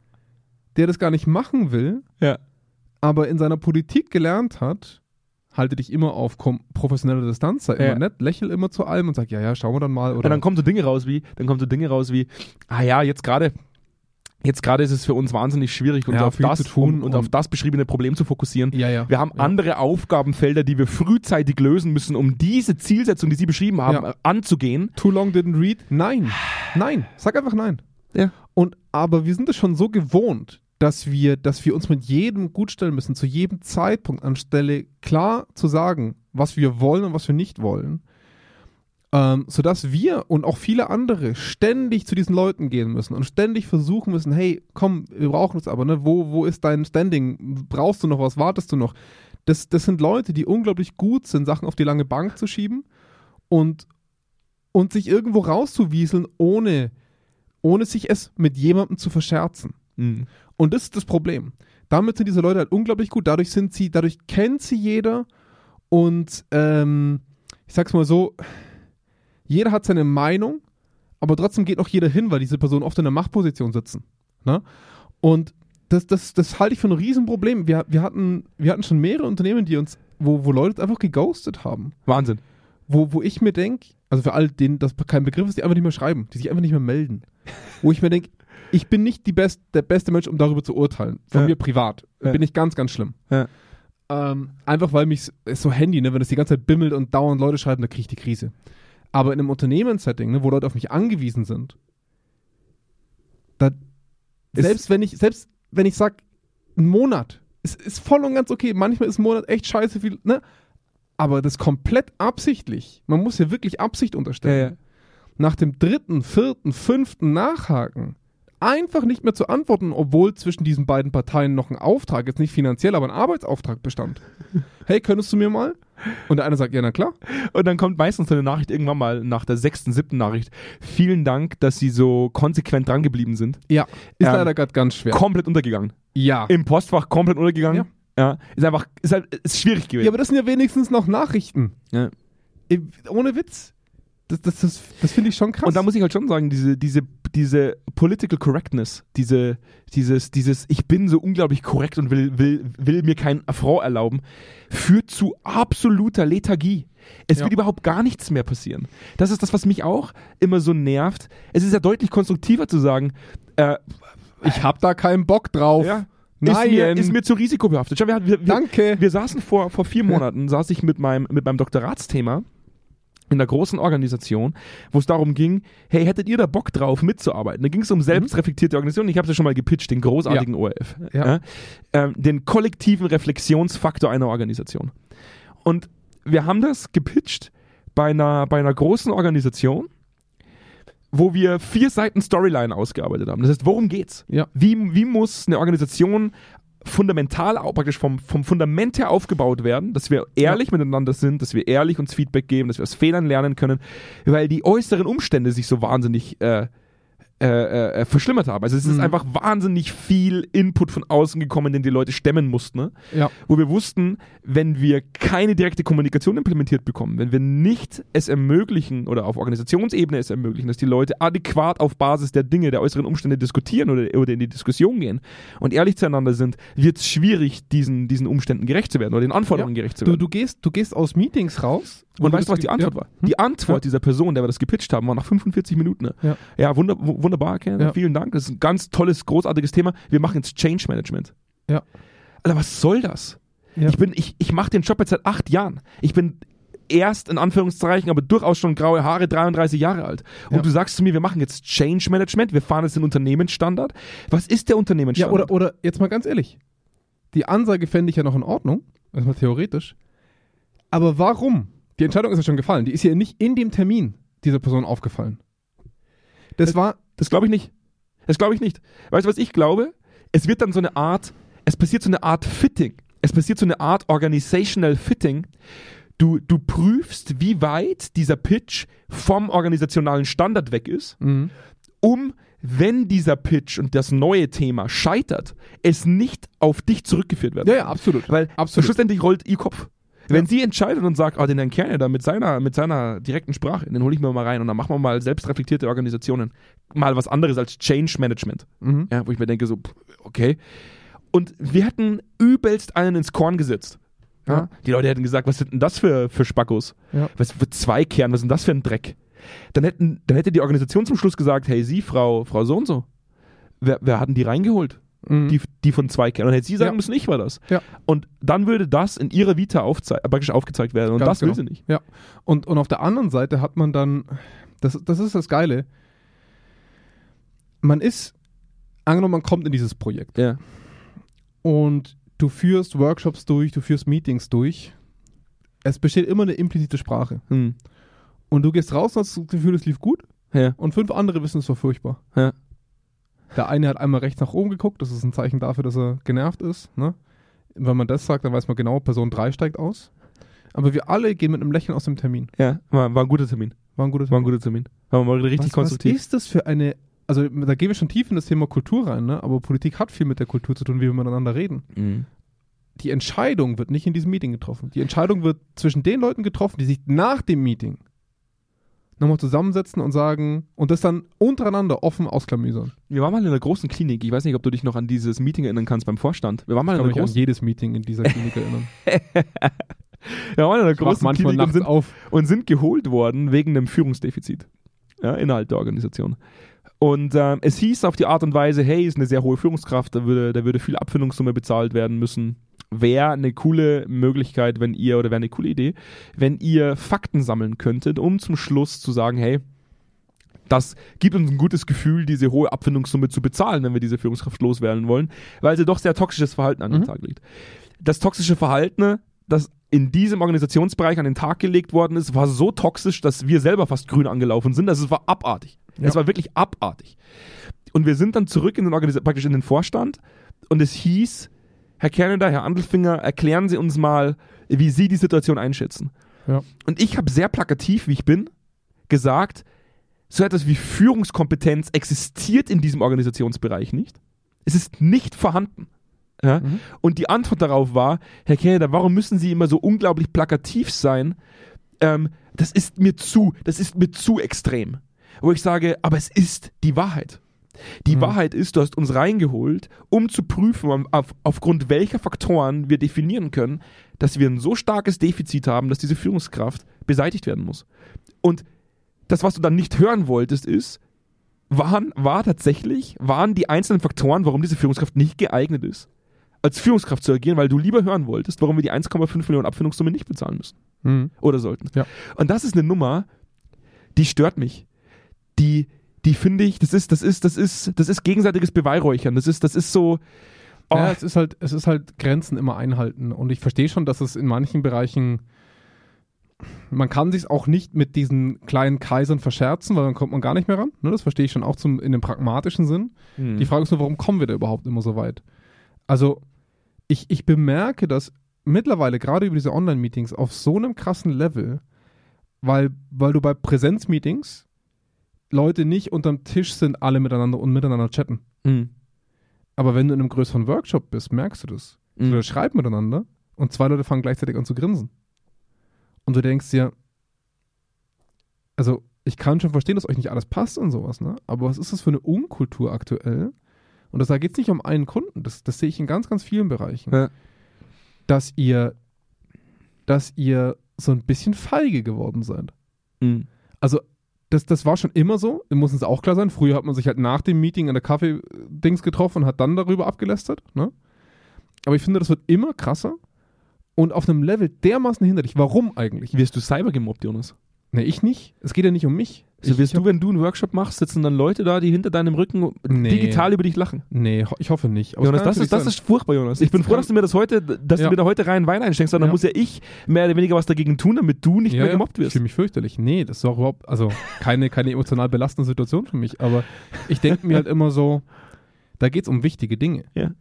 der das gar nicht machen will,
Ja.
aber in seiner Politik gelernt hat, halte dich immer auf komm, professionelle Distanz, sei immer
Ja.
nett, lächel immer zu allem und sag, ja, ja, schauen wir dann mal. Oder
Und dann kommen so Dinge raus wie, dann kommen so Dinge raus wie, ah ja, jetzt gerade, jetzt gerade ist es für uns wahnsinnig schwierig, uns
Ja,
auf
viel
das
zu tun
und, und
und-
auf das beschriebene Problem zu fokussieren.
Ja, ja.
Wir haben
ja.
andere Aufgabenfelder, die wir frühzeitig lösen müssen, um diese Zielsetzung, die Sie beschrieben haben,
Ja.
anzugehen.
Too long didn't read? Nein. Nein. Sag einfach nein.
Ja.
Und aber wir sind es schon so gewohnt, dass wir, dass wir uns mit jedem gutstellen müssen, zu jedem Zeitpunkt, anstelle klar zu sagen, was wir wollen und was wir nicht wollen. Ähm, sodass wir und auch viele andere ständig zu diesen Leuten gehen müssen und ständig versuchen müssen, hey, komm, wir brauchen es aber, ne? Wo, wo ist dein Standing? Brauchst du noch was? Wartest du noch? Das, das sind Leute, die unglaublich gut sind, Sachen auf die lange Bank zu schieben und, und sich irgendwo rauszuwieseln, ohne, ohne sich es mit jemandem zu verscherzen.
Hm.
Und das ist das Problem. Damit sind diese Leute halt unglaublich gut. Dadurch sind sie, dadurch kennt sie jeder und ähm, ich sag's mal so, jeder hat seine Meinung, aber trotzdem geht noch jeder hin, weil diese Personen oft in der Machtposition sitzen. Ne? Und das, das, das halte ich für ein Riesenproblem. Wir, wir, hatten, wir hatten schon mehrere Unternehmen, die uns, wo, wo Leute einfach geghostet haben
Wahnsinn.
wo, wo ich mir denke, also für all denen das kein Begriff ist, die einfach nicht mehr schreiben, die sich einfach nicht mehr melden. Wo ich mir denke, ich bin nicht die Best, der beste Mensch, um darüber zu urteilen. Von
Ja.
mir privat.
Ja.
Bin ich ganz, ganz schlimm.
Ja.
Ähm, einfach weil mich ist so Handy, ne, wenn es die ganze Zeit bimmelt und dauernd Leute schreiben, da kriege ich die Krise. Aber in einem Unternehmenssetting, ne, wo Leute auf mich angewiesen sind, da,
Ist-
selbst wenn ich, selbst wenn ich sage, ein Monat, es ist voll und ganz okay. Manchmal ist ein Monat echt scheiße viel, ne? Aber das komplett absichtlich. Man muss hier wirklich Absicht unterstellen. Nach dem dritten, vierten, fünften Nachhaken einfach nicht mehr zu antworten, obwohl zwischen diesen beiden Parteien noch ein Auftrag, jetzt nicht finanziell, aber ein Arbeitsauftrag
<laughs>
bestand. Hey, könntest du mir mal? Und der eine sagt, ja, na klar.
Und dann kommt meistens so eine Nachricht irgendwann mal nach der sechsten, siebten Nachricht. Vielen Dank, dass Sie so konsequent dran geblieben sind.
Ja. Ist
Ähm,
leider gerade ganz schwer.
Komplett untergegangen.
Ja.
Im Postfach komplett untergegangen. Ja. Ist einfach, ist, halt, ist schwierig
Ja,
gewesen.
aber das sind ja wenigstens noch Nachrichten.
Ja.
Eh, Ohne Witz. Das, das, das, das finde ich schon krass.
Und da muss ich halt schon sagen, diese, diese, diese Political Correctness, diese, dieses, dieses, ich bin so unglaublich korrekt und will, will, will mir keinen Affront erlauben, führt zu absoluter Lethargie. Es
Ja.
wird überhaupt gar nichts mehr passieren. Das ist das, was mich auch immer so nervt. Es ist ja deutlich konstruktiver zu sagen, äh,
ich habe da keinen Bock drauf.
Ja.
Nein.
Ist, mir, ist mir zu risikobehaftet. Schau, wir, hatten- wir, wir,
Danke.
wir saßen vor, vor
<laughs>
vier Monaten, saß ich mit meinem, mit meinem Doktoratsthema in der großen Organisation, wo es darum ging, hey, hättet ihr da Bock drauf mitzuarbeiten? Da ging es um selbstreflektierte Organisationen. Ich habe es ja schon mal gepitcht, den großartigen ORF.
Mhm. Ja.
Ähm, den kollektiven Reflexionsfaktor einer Organisation. Und wir haben das gepitcht bei einer, bei einer großen Organisation, wo wir vier Seiten Storyline ausgearbeitet haben. Das heißt, worum geht's?
Ja.
Wie, wie muss eine Organisation fundamental, au- praktisch vom, vom Fundament her aufgebaut werden, dass wir ehrlich miteinander sind, dass wir ehrlich uns Feedback geben, dass wir aus Fehlern lernen können, weil die äußeren Umstände sich so wahnsinnig äh, äh, äh, verschlimmert haben. Also es ist
Mhm.
einfach wahnsinnig viel Input von außen gekommen, den die Leute stemmen mussten. Ne?
Ja.
wo wir wussten, wenn wir keine direkte Kommunikation implementiert bekommen, wenn wir nicht es ermöglichen oder auf Organisationsebene es ermöglichen, dass die Leute adäquat auf Basis der Dinge, der äußeren Umstände diskutieren oder, oder in die Diskussion gehen und ehrlich zueinander sind, wird es schwierig, diesen, diesen Umständen gerecht zu werden oder den Anforderungen gerecht zu
Du,
werden.
du, gehst, du gehst aus Meetings raus. Hm? wo
und
du
weißt du,
das
was die
ge-
Antwort
ja.
war? Die Antwort
Ja.
dieser Person, der wir das gepitcht haben, war nach 45 Minuten. ne?
Ja.
ja wunder, wu- wunderbar, Ken.
Ja.
Vielen Dank. Das ist ein ganz tolles, großartiges Thema. Wir machen jetzt Change Management.
Ja.
Alter, was soll das?
Ja.
Ich bin, ich, ich mache den Job jetzt seit acht Jahren. Ich bin erst in Anführungszeichen, aber durchaus schon graue Haare, 33 Jahre alt. Und
Ja.
du sagst zu mir, wir machen jetzt Change Management, wir fahren jetzt den Unternehmensstandard. Was ist der
Ja,
Unternehmensstandard?
oder, oder jetzt mal ganz ehrlich. Die Ansage fände ich ja noch in Ordnung, erstmal theoretisch. Aber warum? Die Entscheidung ist ja schon gefallen. Die ist ja nicht in dem Termin dieser Person aufgefallen. Das
Äh,
war.
Das glaube ich nicht. Das glaube ich nicht. Weißt du, was ich glaube? Es wird dann so eine Art, es passiert so eine Art Fitting. Es passiert so eine Art Organizational Fitting. Du, du prüfst, wie weit dieser Pitch vom organisationalen Standard weg ist,
Mhm.
um, wenn dieser Pitch und das neue Thema scheitert, es nicht auf dich zurückgeführt wird.
Ja, ja, absolut.
Weil
Absolut.
schlussendlich rollt ihr Kopf. Wenn sie entscheidet und sagt, oh, den Herrn Kerne da mit seiner, mit seiner direkten Sprache, den hole ich mir mal rein und dann machen wir mal selbstreflektierte Organisationen. Mal was anderes als Change Management.
Mhm.
Ja, wo ich mir denke, so, pff, okay. Und wir hätten übelst einen ins Korn gesetzt. Ja?
Ja.
Die Leute hätten gesagt, was sind denn das für, für Spackos?
Ja.
Was für Zweikern, was ist denn das für ein Dreck? Dann, hätten, dann hätte die Organisation zum Schluss gesagt, hey, Sie, Frau, Frau so und so, wer, wer hat denn die reingeholt?
Mhm.
die, die von zwei kennen. Und hätte sie sagen
Ja.
müssen, ich war das.
Ja.
Und dann würde das in ihrer Vita aufzei äh, praktisch aufgezeigt werden. Und
Ganz
das will
genau.
sie nicht.
Ja, und, und auf der anderen Seite hat man dann, das, das ist das Geile, man ist, angenommen, man kommt in dieses Projekt
Ja.
und du führst Workshops durch, du führst Meetings durch. Es besteht immer eine implizite Sprache.
Hm.
Und du gehst raus und hast das Gefühl, es lief gut
Ja.
und fünf andere wissen, es war furchtbar.
Ja.
Der eine hat einmal rechts nach oben geguckt, das ist ein Zeichen dafür, dass er genervt ist. Ne? Wenn man das sagt, dann weiß man genau, Person 3 steigt aus. Aber wir alle gehen mit einem Lächeln aus dem Termin.
ja. War, war ein guter Termin.
War ein gutes
War ein guter Termin. War mal richtig
was, was
konstruktiv.
ist das für eine, also da gehen wir schon tief in das Thema Kultur rein, ne? aber Politik hat viel mit der Kultur zu tun, wie wir miteinander reden.
Mhm.
Die Entscheidung wird nicht in diesem Meeting getroffen. Die Entscheidung wird zwischen den Leuten getroffen, die sich nach dem Meeting nochmal zusammensetzen und sagen und das dann untereinander offen ausklamüsern.
Wir waren mal in einer großen Klinik. Ich weiß nicht, ob du dich noch an dieses Meeting erinnern kannst beim Vorstand. Wir waren mal
Ich
in
kann
einer
mich an
großen,
jedes Meeting in dieser Klinik erinnern.
wir waren in einer
Ich wach
großen Klinik und sind,
auf.
und sind geholt worden wegen einem Führungsdefizit. Ja, innerhalb der Organisation. Und ähm, es hieß auf die Art und Weise, hey, ist eine sehr hohe Führungskraft, da würde, da würde viel Abfindungssumme bezahlt werden müssen. Wäre eine coole Möglichkeit, wenn ihr, oder wäre eine coole Idee, wenn ihr Fakten sammeln könntet, um zum Schluss zu sagen, hey, das gibt uns ein gutes Gefühl, diese hohe Abfindungssumme zu bezahlen, wenn wir diese Führungskraft loswerden wollen, weil sie doch sehr toxisches Verhalten an den
Mhm.
Tag legt. Das toxische Verhalten, das in diesem Organisationsbereich an den Tag gelegt worden ist, war so toxisch, dass wir selber fast grün angelaufen sind. Also es war abartig.
Ja.
Es war wirklich abartig. Und wir sind dann zurück in den Organis praktisch in den Vorstand und es hieß, Herr Canada, Herr Andelfinger, erklären Sie uns mal, wie Sie die Situation einschätzen.
Ja.
Und ich habe sehr plakativ, wie ich bin, gesagt, so etwas wie Führungskompetenz existiert in diesem Organisationsbereich nicht. Es ist nicht vorhanden. Ja?
Mhm.
Und die Antwort darauf war, Herr Kennedy, warum müssen Sie immer so unglaublich plakativ sein? Ähm, das ist mir zu, das ist mir zu extrem. Wo ich sage, aber es ist die Wahrheit. Die
Mhm.
Wahrheit ist, du hast uns reingeholt, um zu prüfen, auf, aufgrund welcher Faktoren wir definieren können, dass wir ein so starkes Defizit haben, dass diese Führungskraft beseitigt werden muss. Und das, was du dann nicht hören wolltest, ist, waren, war tatsächlich, waren die einzelnen Faktoren, warum diese Führungskraft nicht geeignet ist, als Führungskraft zu agieren, weil du lieber hören wolltest, warum wir die 1,5 Millionen Abfindungssumme nicht bezahlen müssen
Mhm.
oder sollten.
Ja.
Und das ist eine Nummer, die stört mich. Die, die finde ich, das ist, das ist, das ist, das ist gegenseitiges Beweihräuchern. Das ist, das ist so. Oh,
Ja, es ist halt, es ist halt Grenzen immer einhalten. Und ich verstehe schon, dass es in manchen Bereichen, man kann sich auch nicht mit diesen kleinen Kaisern verscherzen, weil dann kommt man gar nicht mehr ran. Ne, das verstehe ich schon auch zum, in dem pragmatischen Sinn.
hm.
Die Frage ist nur, warum kommen wir da überhaupt immer so weit? Also, ich, ich bemerke das mittlerweile, gerade über diese Online-Meetings, auf so einem krassen Level, weil, weil du bei Präsenz-Meetings Leute nicht unterm Tisch sind, alle miteinander und miteinander chatten.
hm,
Aber wenn du in einem größeren Workshop bist, merkst du das.
Mhm.
Oder schreibt miteinander und zwei Leute fangen gleichzeitig an zu grinsen. Und du denkst dir, also ich kann schon verstehen, dass euch nicht alles passt und sowas, ne? Aber was ist das für eine Unkultur aktuell? Und das, da geht es nicht um einen Kunden, das, das sehe ich in ganz, ganz vielen Bereichen.
Ja.
Dass ihr, dass ihr so ein bisschen feige geworden seid.
Mhm.
Also, das, das war schon immer so, muss uns auch klar sein. Früher hat man sich halt nach dem Meeting an der Kaffee-Dings getroffen und hat dann darüber abgelästert. Ne? Aber ich finde, das wird immer krasser und auf einem Level dermaßen hinderlich. Warum eigentlich?
Wirst du cybergemobbt, Jonas?
Ne, ich nicht. Es geht ja nicht um mich.
Also
ich,
wirst
ich
du, wenn du einen Workshop machst, sitzen dann Leute da, die hinter deinem Rücken
Nee.
digital über dich lachen.
Nee, ho ich hoffe nicht. Aber es
Jonas,
kann
das ist, das
natürlich
ist furchtbar, Jonas. Ich bin
Das
froh,
kann-
dass du mir das heute, dass
Ja.
du mir da heute rein Wein einschenkst, sondern
Ja.
muss ja ich mehr oder weniger was dagegen tun, damit du nicht
sein. ja,
mehr gemobbt
Ich
wirst.
fühle mich fürchterlich. Nee, das ist auch überhaupt, also keine, keine emotional belastende Situation für mich. Aber ich denke mir halt immer so, da geht es um wichtige Dinge.
Ja.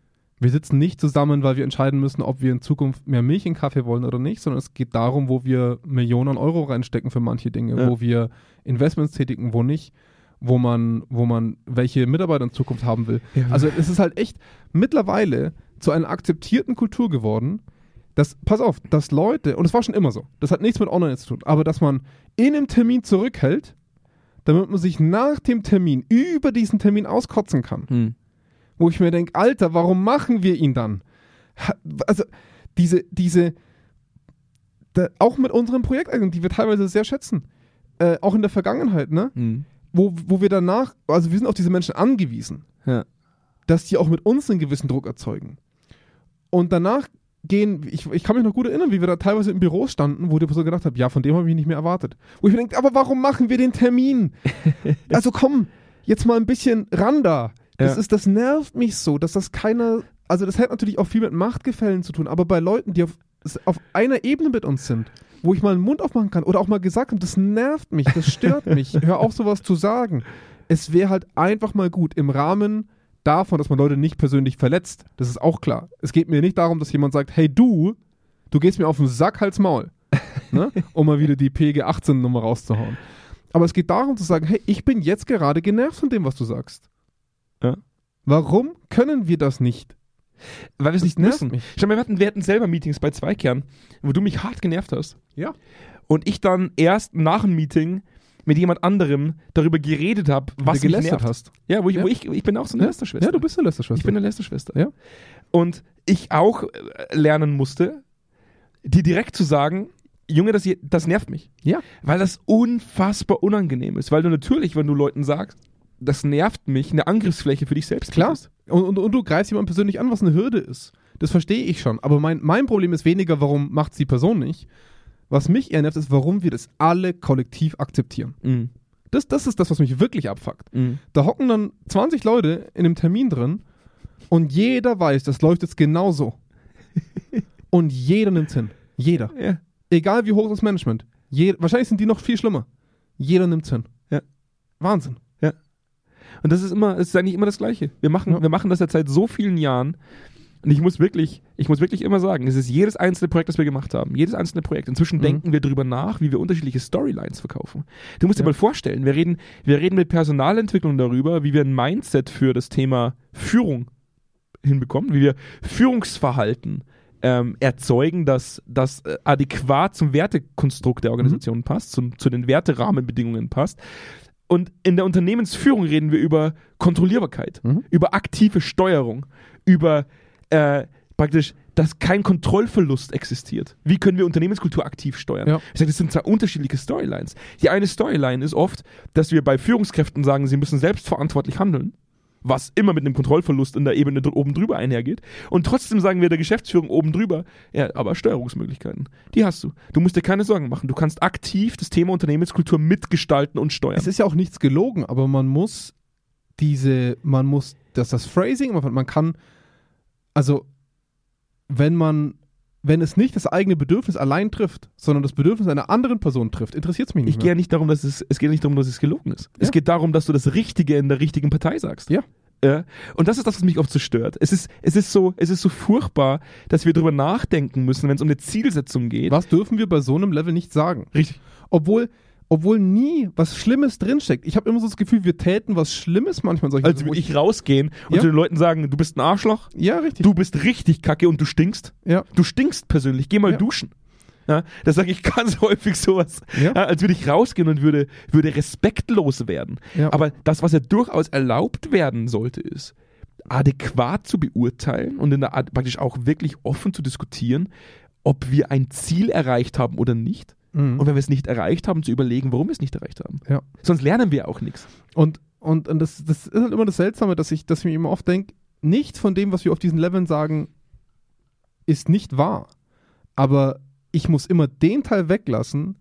Wir sitzen nicht zusammen, weil wir entscheiden müssen, ob wir in Zukunft mehr Milch in Kaffee wollen oder nicht, sondern es geht darum, wo wir Millionen Euro reinstecken für manche Dinge,
Ja.
wo wir Investments tätigen, wo nicht, wo man, wo man welche Mitarbeiter in Zukunft haben will.
Ja.
Also es ist halt echt mittlerweile zu einer akzeptierten Kultur geworden, dass, pass auf, dass Leute, und es war schon immer so, das hat nichts mit Online zu tun, aber dass man in einem Termin zurückhält, damit man sich nach dem Termin über diesen Termin auskotzen kann
Hm.
wo ich mir denke, Alter, warum machen wir ihn dann? Ha- Also diese, diese, da, auch mit unseren Projekten, die wir teilweise sehr schätzen, äh, auch in der Vergangenheit, ne?
Hm.
Wo, wo wir danach, also wir sind auf diese Menschen angewiesen,
Ja.
dass die auch mit uns einen gewissen Druck erzeugen. Und danach gehen, ich, ich kann mich noch gut erinnern, wie wir da teilweise im Büro standen, wo die Person gedacht hat, ja, von dem habe ich nicht mehr erwartet. Wo ich mir denke, aber warum machen wir
<laughs>
den Termin? also komm, jetzt mal ein bisschen ran da. Das,
Ja.
ist, das nervt mich so, dass das keiner, also das hat natürlich auch viel mit Machtgefällen zu tun, aber bei Leuten, die auf, auf einer Ebene mit uns sind, wo ich mal einen Mund aufmachen kann oder auch mal gesagt habe, das nervt mich,
<laughs>
das stört mich, hör auf sowas zu sagen. Es wäre halt einfach mal gut im Rahmen davon, dass man Leute nicht persönlich verletzt. Das ist auch klar. Es geht mir nicht darum, dass jemand sagt, hey du, du gehst mir auf den Sack,
<laughs>
halt's Maul. ne? Um mal wieder die PG-18-Nummer rauszuhauen. Aber es geht darum zu sagen, hey, ich bin jetzt gerade genervt von dem, was du sagst.
Ja.
Warum können wir das nicht?
Weil wir es nicht
nervt
müssen.
mich.
Schau mal, wir hatten, wir hatten selber Meetings bei Zweikern, wo du mich hart genervt hast.
Ja.
Und ich dann erst nach dem Meeting mit jemand anderem darüber geredet habe, was
du
mich
gelästert
nervt.
hast.
Ja, wo ich,
Ja.
Wo ich, ich bin auch so eine Lästerschwester.
Ja, du bist eine Lästerschwester.
Ich bin eine Lästerschwester.
Ja.
Und ich auch äh, lernen musste, dir direkt zu sagen, Junge, das, hier- das nervt mich.
Ja.
Weil das unfassbar unangenehm ist. Weil du natürlich, wenn du Leuten sagst, das nervt mich, eine Angriffsfläche für dich selbst
Klar.
bietest.
Und, und, und du greifst jemanden persönlich an, was eine Hürde ist. Das verstehe ich schon. Aber mein, mein Problem ist weniger, warum macht es die Person nicht. Was mich eher nervt, ist, warum wir das alle kollektiv akzeptieren.
Mhm.
Das, das ist das, was mich wirklich abfuckt.
Mhm.
Da hocken dann 20 Leute in einem Termin drin und jeder weiß, das läuft jetzt genauso. und jeder nimmt hin. Jeder.
Ja.
Egal wie hoch das Management. Je, wahrscheinlich sind die noch viel schlimmer. Jeder nimmt hin.
Ja.
Wahnsinn.
Und das ist immer, es ist eigentlich immer das Gleiche. Wir machen,
Ja.
wir machen das jetzt seit so vielen Jahren. Und ich muss wirklich, ich muss wirklich immer sagen, es ist jedes einzelne Projekt, das wir gemacht haben, jedes einzelne Projekt. Inzwischen
Mhm.
denken wir drüber nach, wie wir unterschiedliche Storylines verkaufen. Du musst
Ja.
dir mal vorstellen, wir reden, wir reden mit Personalentwicklung darüber, wie wir ein Mindset für das Thema Führung hinbekommen, wie wir Führungsverhalten ähm, erzeugen, das das äh, adäquat zum Wertekonstrukt der Organisation
Mhm.
passt, zum, zu den Werterahmenbedingungen passt. Und in der Unternehmensführung reden wir über Kontrollierbarkeit,
Mhm.
über aktive Steuerung, über äh, praktisch, dass kein Kontrollverlust existiert. Wie können wir Unternehmenskultur aktiv steuern?
Ja.
Ich sage, das sind zwei unterschiedliche Storylines. Die eine Storyline ist oft, dass wir bei Führungskräften sagen, sie müssen selbstverantwortlich handeln, was immer mit einem Kontrollverlust in der Ebene dr oben drüber einhergeht. Und trotzdem sagen wir der Geschäftsführung oben drüber, ja, aber Steuerungsmöglichkeiten, die hast du. Du musst dir keine Sorgen machen. Du kannst aktiv das Thema Unternehmenskultur mitgestalten und steuern.
Es ist ja auch nichts gelogen, aber man muss diese, man muss, dass das Phrasing, man man kann, also wenn man, wenn es nicht das eigene Bedürfnis allein trifft, sondern das Bedürfnis einer anderen Person trifft, interessiert es mich nicht
Ich gehe
mehr.
ja nicht darum, dass es, es geht nicht darum, dass es gelogen ist. Es
Ja.
geht darum, dass du das Richtige in der richtigen Partei sagst.
Ja.
Äh, und das ist das, was mich oft so stört. Es ist, es ist so, es ist so furchtbar, dass wir drüber nachdenken müssen, wenn es um eine Zielsetzung geht.
Was dürfen wir bei so einem Level nicht sagen?
Richtig.
Obwohl, obwohl nie was Schlimmes drinsteckt. Ich habe immer so das Gefühl, wir täten was Schlimmes manchmal. in solchen
Also
Sachen, wo
würde ich rausgehen und
Ja.
zu den Leuten sagen, du bist ein Arschloch,
ja, richtig.
du bist richtig kacke und du stinkst.
Ja.
Du stinkst persönlich, geh mal
Ja.
duschen. Ja, das sage ich ganz häufig sowas.
Ja.
Ja, als würde ich rausgehen und würde, würde respektlos werden.
Ja.
Aber das, was ja durchaus erlaubt werden sollte, ist, adäquat zu beurteilen und in der Art praktisch auch wirklich offen zu diskutieren, ob wir ein Ziel erreicht haben oder nicht.
Mhm.
Und wenn wir es nicht erreicht haben, zu überlegen, warum wir es nicht erreicht haben.
Ja.
Sonst lernen wir auch nichts.
Und, und, und das, das ist halt immer das Seltsame, dass ich, dass ich mir immer oft denke, nichts von dem, was wir auf diesen Leveln sagen, ist nicht wahr. Aber ich muss immer den Teil weglassen,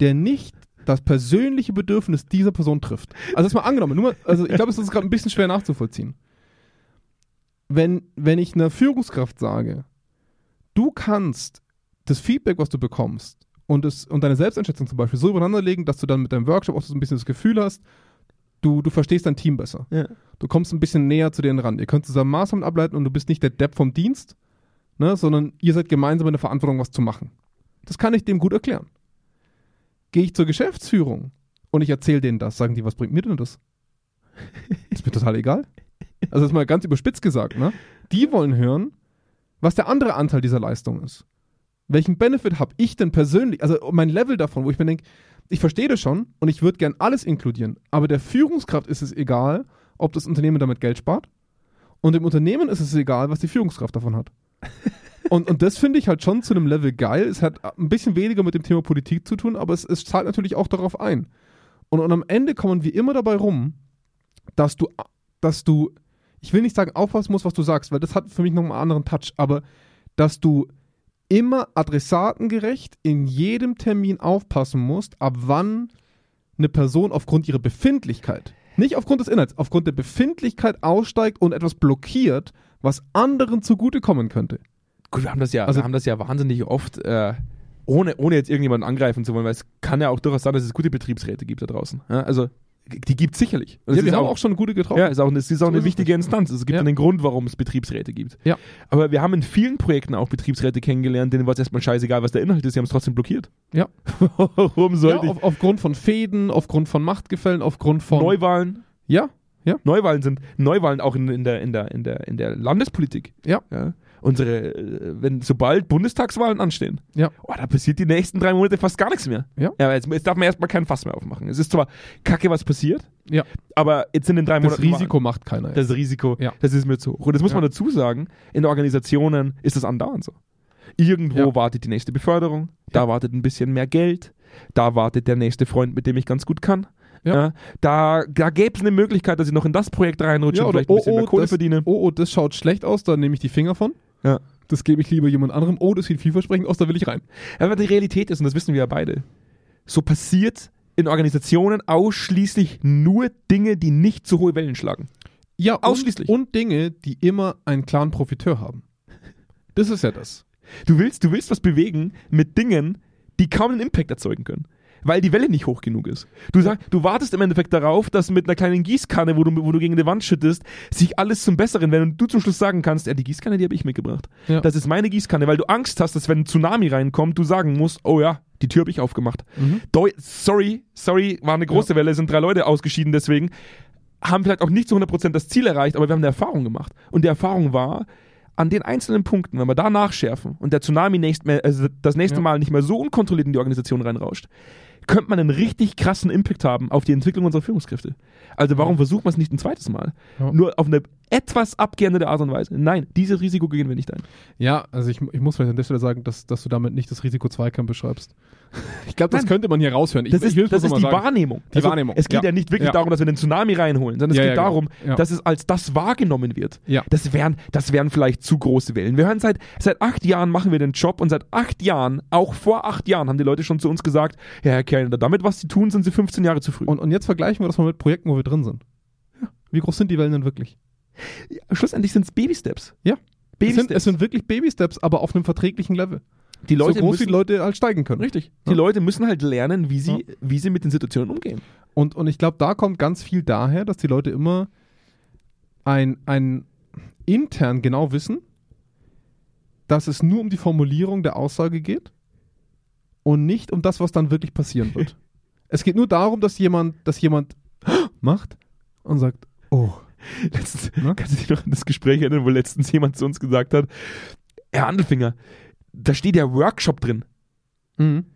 der nicht das persönliche Bedürfnis dieser Person trifft. Also das mal angenommen, nur mal, also ich glaube, es ist gerade ein bisschen schwer nachzuvollziehen. Wenn, wenn ich einer Führungskraft sage, du kannst das Feedback, was du bekommst, und, es, und deine Selbsteinschätzung zum Beispiel so übereinander legen, dass du dann mit deinem Workshop auch so ein bisschen das Gefühl hast, du, du verstehst dein Team besser.
Ja.
Du kommst ein bisschen näher zu denen ran. Ihr könnt zusammen Maßnahmen ableiten und du bist nicht der Depp vom Dienst, ne, sondern ihr seid gemeinsam in der Verantwortung, was zu machen. Das kann ich dem gut erklären. Gehe ich zur Geschäftsführung und ich erzähle denen das, sagen die, was bringt mir denn das? Ist mir total egal. Also das ist mal ganz überspitzt gesagt. Ne? Die wollen hören, was der andere Anteil dieser Leistung ist. Welchen Benefit habe ich denn persönlich? Also mein Level davon, wo ich mir denke, ich verstehe das schon und ich würde gern alles inkludieren, aber der Führungskraft ist es egal, ob das Unternehmen damit Geld spart und dem Unternehmen ist es egal, was die Führungskraft davon hat. Und, und das finde ich halt schon zu einem Level geil. Es hat ein bisschen weniger mit dem Thema Politik zu tun, aber es, es zahlt natürlich auch darauf ein. Und, und am Ende kommen wir immer dabei rum, dass du, dass du, ich will nicht sagen aufpassen musst, was du sagst, weil das hat für mich nochmal einen anderen Touch, aber dass du immer adressatengerecht in jedem Termin aufpassen musst, ab wann eine Person aufgrund ihrer Befindlichkeit, nicht aufgrund des Inhalts, aufgrund der Befindlichkeit aussteigt und etwas blockiert, was anderen zugutekommen könnte.
Gut, wir haben das ja,
Also-
wir haben das ja wahnsinnig oft, äh, ohne, ohne jetzt irgendjemanden angreifen zu wollen, weil es kann ja auch durchaus sein, dass es gute Betriebsräte gibt da draußen. Ja, also, g- die gibt es sicherlich. Und es
Ja, wir
ist
haben auch schon gute getroffen.
ja, ist auch eine, es ist auch
So
eine
ist es
wichtige Instanz. Es gibt
Ja.
einen Grund, warum es Betriebsräte gibt.
Ja.
Aber wir haben in vielen Projekten auch Betriebsräte kennengelernt, denen war es erstmal scheißegal, was der Inhalt ist, sie haben es trotzdem blockiert.
Ja.
<laughs> warum sollte
ja, auf, aufgrund von Fäden, aufgrund von Machtgefällen, aufgrund
ich
von.
Neuwahlen?
ja,
Neuwahlen sind Neuwahlen auch in, in, der, in, der, in, der, in der Landespolitik.
Ja.
Unsere, äh, wenn sobald Bundestagswahlen anstehen,
Ja.
oh, da passiert die nächsten drei Monate fast gar nichts mehr.
Ja.
aber jetzt, jetzt darf man erstmal kein Fass mehr aufmachen. Es ist zwar kacke, was passiert,
Ja.
aber jetzt in den drei
das
Monaten.
Risiko macht keiner.
Das Risiko,
Ja.
das ist mir zu hoch. Und das muss
Ja.
man dazu sagen, in Organisationen ist das andauernd so. Irgendwo
Ja.
wartet die nächste Beförderung, da wartet ein bisschen mehr Geld, da wartet der nächste Freund, mit dem ich ganz gut kann.
Ja.
Ja, da da gäbe es eine Möglichkeit, dass ich noch in das Projekt reinrutsche
Ja,
und
oder
vielleicht ein bisschen
oh,
mehr
oh,
Kohle
das-
verdiene.
Oh, oh, das schaut schlecht aus, da nehme ich die Finger von.
Ja.
Das gebe ich lieber jemand anderem. Oh, das sieht vielversprechend aus, da will ich rein.
Aber die Realität ist, und das wissen wir ja beide, so passiert in Organisationen ausschließlich nur Dinge, die nicht zu hohe Wellen schlagen.
Ja,
Ausschließlich.
Und, und Dinge, die immer einen klaren Profiteur haben. Das ist ja das.
Du willst, du willst was bewegen mit Dingen, die kaum einen Impact erzeugen können. Weil die Welle nicht hoch genug ist. Du, sag, du wartest im Endeffekt darauf, dass mit einer kleinen Gießkanne, wo du, wo du gegen die Wand schüttest, sich alles zum Besseren wird und du zum Schluss sagen kannst, ja, die Gießkanne, die habe ich mitgebracht.
Ja.
Das ist meine Gießkanne, weil du Angst hast, dass wenn ein Tsunami reinkommt, du sagen musst, oh ja, die Tür habe ich aufgemacht.
Mhm.
Deu sorry, sorry, war eine große Welle, sind drei Leute ausgeschieden deswegen. Haben vielleicht auch nicht zu 100% das Ziel erreicht, aber wir haben eine Erfahrung gemacht. Und die Erfahrung war, an den einzelnen Punkten, wenn wir da nachschärfen und der Tsunami nächst mehr, also das nächste
Ja.
Mal nicht mehr so unkontrolliert in die Organisation reinrauscht, könnte man einen richtig krassen Impact haben auf die Entwicklung unserer Führungskräfte. Also warum versucht man es nicht ein zweites Mal?
Ja.
Nur auf eine etwas abgeänderte Art und Weise. Nein, dieses Risiko gehen wir nicht ein.
Ja, also ich, ich muss vielleicht an der Stelle sagen, dass, dass du damit nicht das Risiko Zweikampf beschreibst. <laughs> Ich glaube, das
Nein.
könnte man hier raushören. Ich,
Das
ich
ist,
will es
das ist
bloß noch
die
mal sagen.
Wahrnehmung. Also,
Die Wahrnehmung,
Es geht ja,
ja.
nicht wirklich
Ja.
darum, dass wir den Tsunami reinholen, sondern es
Ja,
geht
ja, genau.
darum,
Ja.
dass es als das wahrgenommen wird.
Ja.
Das, wären, das wären vielleicht zu große Wellen. Wir hören seit, seit acht Jahren machen wir den Job und seit acht Jahren, auch vor acht Jahren, haben die Leute schon zu uns gesagt, ja, Herr Kellner, damit, was sie tun, sind sie 15 Jahre zu früh.
Und, und jetzt vergleichen wir das mal mit Projekten, wo wir drin sind. Wie groß sind die Wellen denn wirklich?
schlussendlich sind es Baby-Steps.
Ja. Es sind, es
Baby-Steps.
sind wirklich Baby-Steps, aber auf einem verträglichen Level.
Die Leute
so groß wie
müssen,
die Leute halt steigen können.
richtig. Die
Ja.
Leute müssen halt lernen, wie sie, wie sie mit den Situationen umgehen.
Und, und ich glaube, da kommt ganz viel daher, dass die Leute immer ein, ein intern genau wissen, dass es nur um <laughs> die Formulierung der Aussage geht und nicht um das, was dann wirklich passieren wird. Es geht nur darum, dass jemand, dass jemand <gasps> macht und sagt, oh.
<laughs> Letztens,
Ne?
Kannst du dich noch an das Gespräch erinnern, wo letztens jemand zu uns gesagt hat, Herr Andelfinger, da steht ja Workshop drin.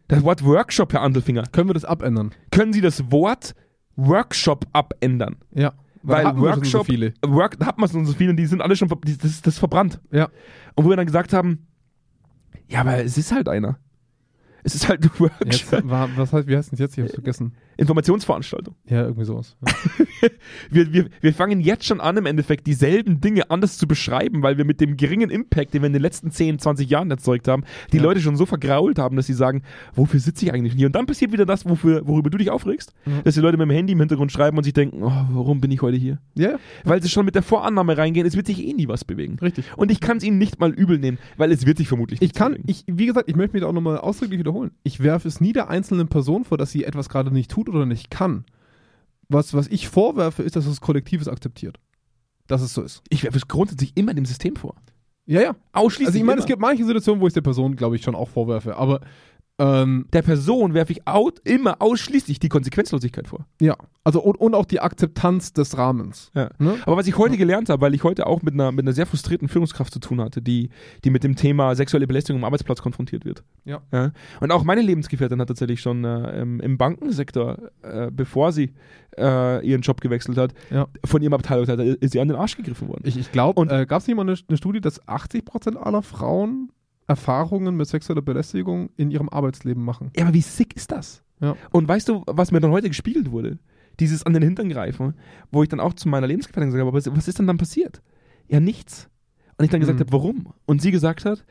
Das Wort Workshop, Herr Andelfinger.
"Mhm, Können wir das abändern?
Können Sie das Wort Workshop abändern?
Ja.
Weil
hatten wir schon
Workshop,
so viele.
Work, da hat man schon so viele, und die sind alle schon, ver- die, das, das ist verbrannt.
Ja.
Und wo wir dann gesagt haben, ja, aber es ist halt einer. Es ist halt ein
Jetzt
Workshop,
war, was heißt, wie heißt denn jetzt? Ich hab's vergessen.
Informationsveranstaltung.
Ja, irgendwie sowas.
Wir, wir, wir fangen jetzt schon an, im Endeffekt dieselben Dinge anders zu beschreiben, weil wir mit dem geringen Impact, den wir in den letzten 10, 20 Jahren erzeugt haben, die
Ja.
Leute schon so vergrault haben, dass sie sagen, wofür sitze ich eigentlich hier? Und dann passiert wieder das, wofür, worüber du dich aufregst,
Mhm.
dass die Leute mit dem Handy im Hintergrund schreiben und sich denken, oh, warum bin ich heute hier?
Ja, ja
Weil sie schon mit der Vorannahme reingehen, es wird sich eh nie was bewegen.
richtig.
Und ich kann es ihnen nicht mal übel nehmen, weil es wird sich vermutlich
Ich
nichts
kann,
bewegen.
ich, wie gesagt, ich möchte mich da auch nochmal ausdrücklich wiederholen. Ich werfe es nie der einzelnen Person vor, dass sie etwas gerade nicht tut oder nicht kann. Was, was ich vorwerfe, ist, dass das Kollektiv es akzeptiert. Dass es so ist.
Ich werfe es grundsätzlich immer dem System vor.
Ja, ja.
Ausschließlich.
Also ich meine,
immer.
es gibt manche Situationen, wo ich es der Person, glaube ich, schon auch vorwerfe. Aber ähm,
der Person werfe ich out, immer ausschließlich die Konsequenzlosigkeit vor.
ja, also und, und auch die Akzeptanz des Rahmens.
Ja.
Ne?
Aber was ich heute gelernt habe, weil ich heute auch mit einer, mit einer sehr frustrierten Führungskraft zu tun hatte, die, die mit dem Thema sexuelle Belästigung am Arbeitsplatz konfrontiert wird.
Ja.
Und auch meine Lebensgefährtin hat tatsächlich schon äh, im, im Bankensektor, äh, bevor sie äh, ihren Job gewechselt hat,
Ja.
von ihrem Abteilungsleiter ist sie an den Arsch gegriffen worden.
Ich, ich glaube,
Und-
äh, gab es nicht mal eine, eine Studie, dass 80% aller Frauen Erfahrungen mit sexueller Belästigung in ihrem Arbeitsleben machen?
Ja, aber wie sick ist das?
Ja.
Und weißt du, was mir dann heute gespiegelt wurde? Dieses an den Hintern greifen, wo ich dann auch zu meiner Lebensgefährtin gesagt habe, aber was ist denn dann passiert? Ja, nichts. Und ich dann gesagt
Mhm.
habe, warum? Und sie gesagt hat,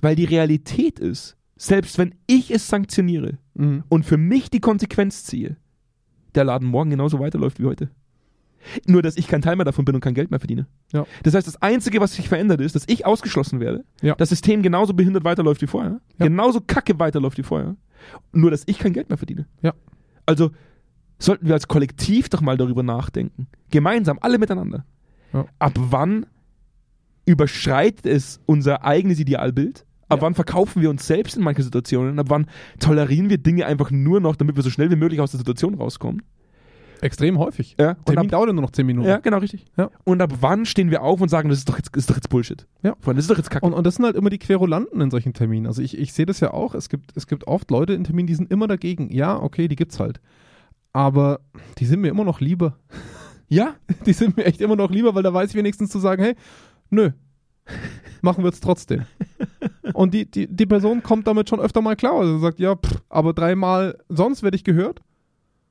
weil die Realität ist, selbst wenn ich es sanktioniere
Mhm.
und für mich die Konsequenz ziehe, der Laden morgen genauso weiterläuft wie heute. Nur, dass ich kein Teil mehr davon bin und kein Geld mehr verdiene.
Ja.
Das heißt, das Einzige, was sich verändert, ist, dass ich ausgeschlossen werde,
Ja.
das System genauso behindert weiterläuft wie vorher,
Ja.
genauso kacke weiterläuft wie vorher, nur, dass ich kein Geld mehr verdiene.
Ja.
Also sollten wir als Kollektiv doch mal darüber nachdenken, gemeinsam, alle miteinander,
Ja.
ab wann überschreitet es unser eigenes Idealbild? Ab
Ja.
wann verkaufen wir uns selbst in manchen Situationen? Ab wann tolerieren wir Dinge einfach nur noch, damit wir so schnell wie möglich aus der Situation rauskommen?
Extrem häufig.
Ja, und
Termin
ab,
dauert ja nur noch 10 Minuten.
Äh, ja genau, richtig.
Ja.
Und ab wann stehen wir auf und sagen, das ist doch jetzt, ist doch jetzt Bullshit?
Ja.
Freunde, das ist doch jetzt Kacke.
Und, und das sind halt immer die Querulanten in solchen Terminen. Also ich, ich sehe das ja auch. Es gibt, es gibt oft Leute in Terminen, die sind immer dagegen. Ja, okay, die gibt's halt. Aber die sind mir immer noch lieber. <laughs>
ja,
Die sind mir echt immer noch lieber, weil da weiß ich wenigstens zu sagen, hey, nö, machen wir es trotzdem. Und die, die, die Person kommt damit schon öfter mal klar. Also sagt, ja, pff, aber dreimal sonst werde ich gehört.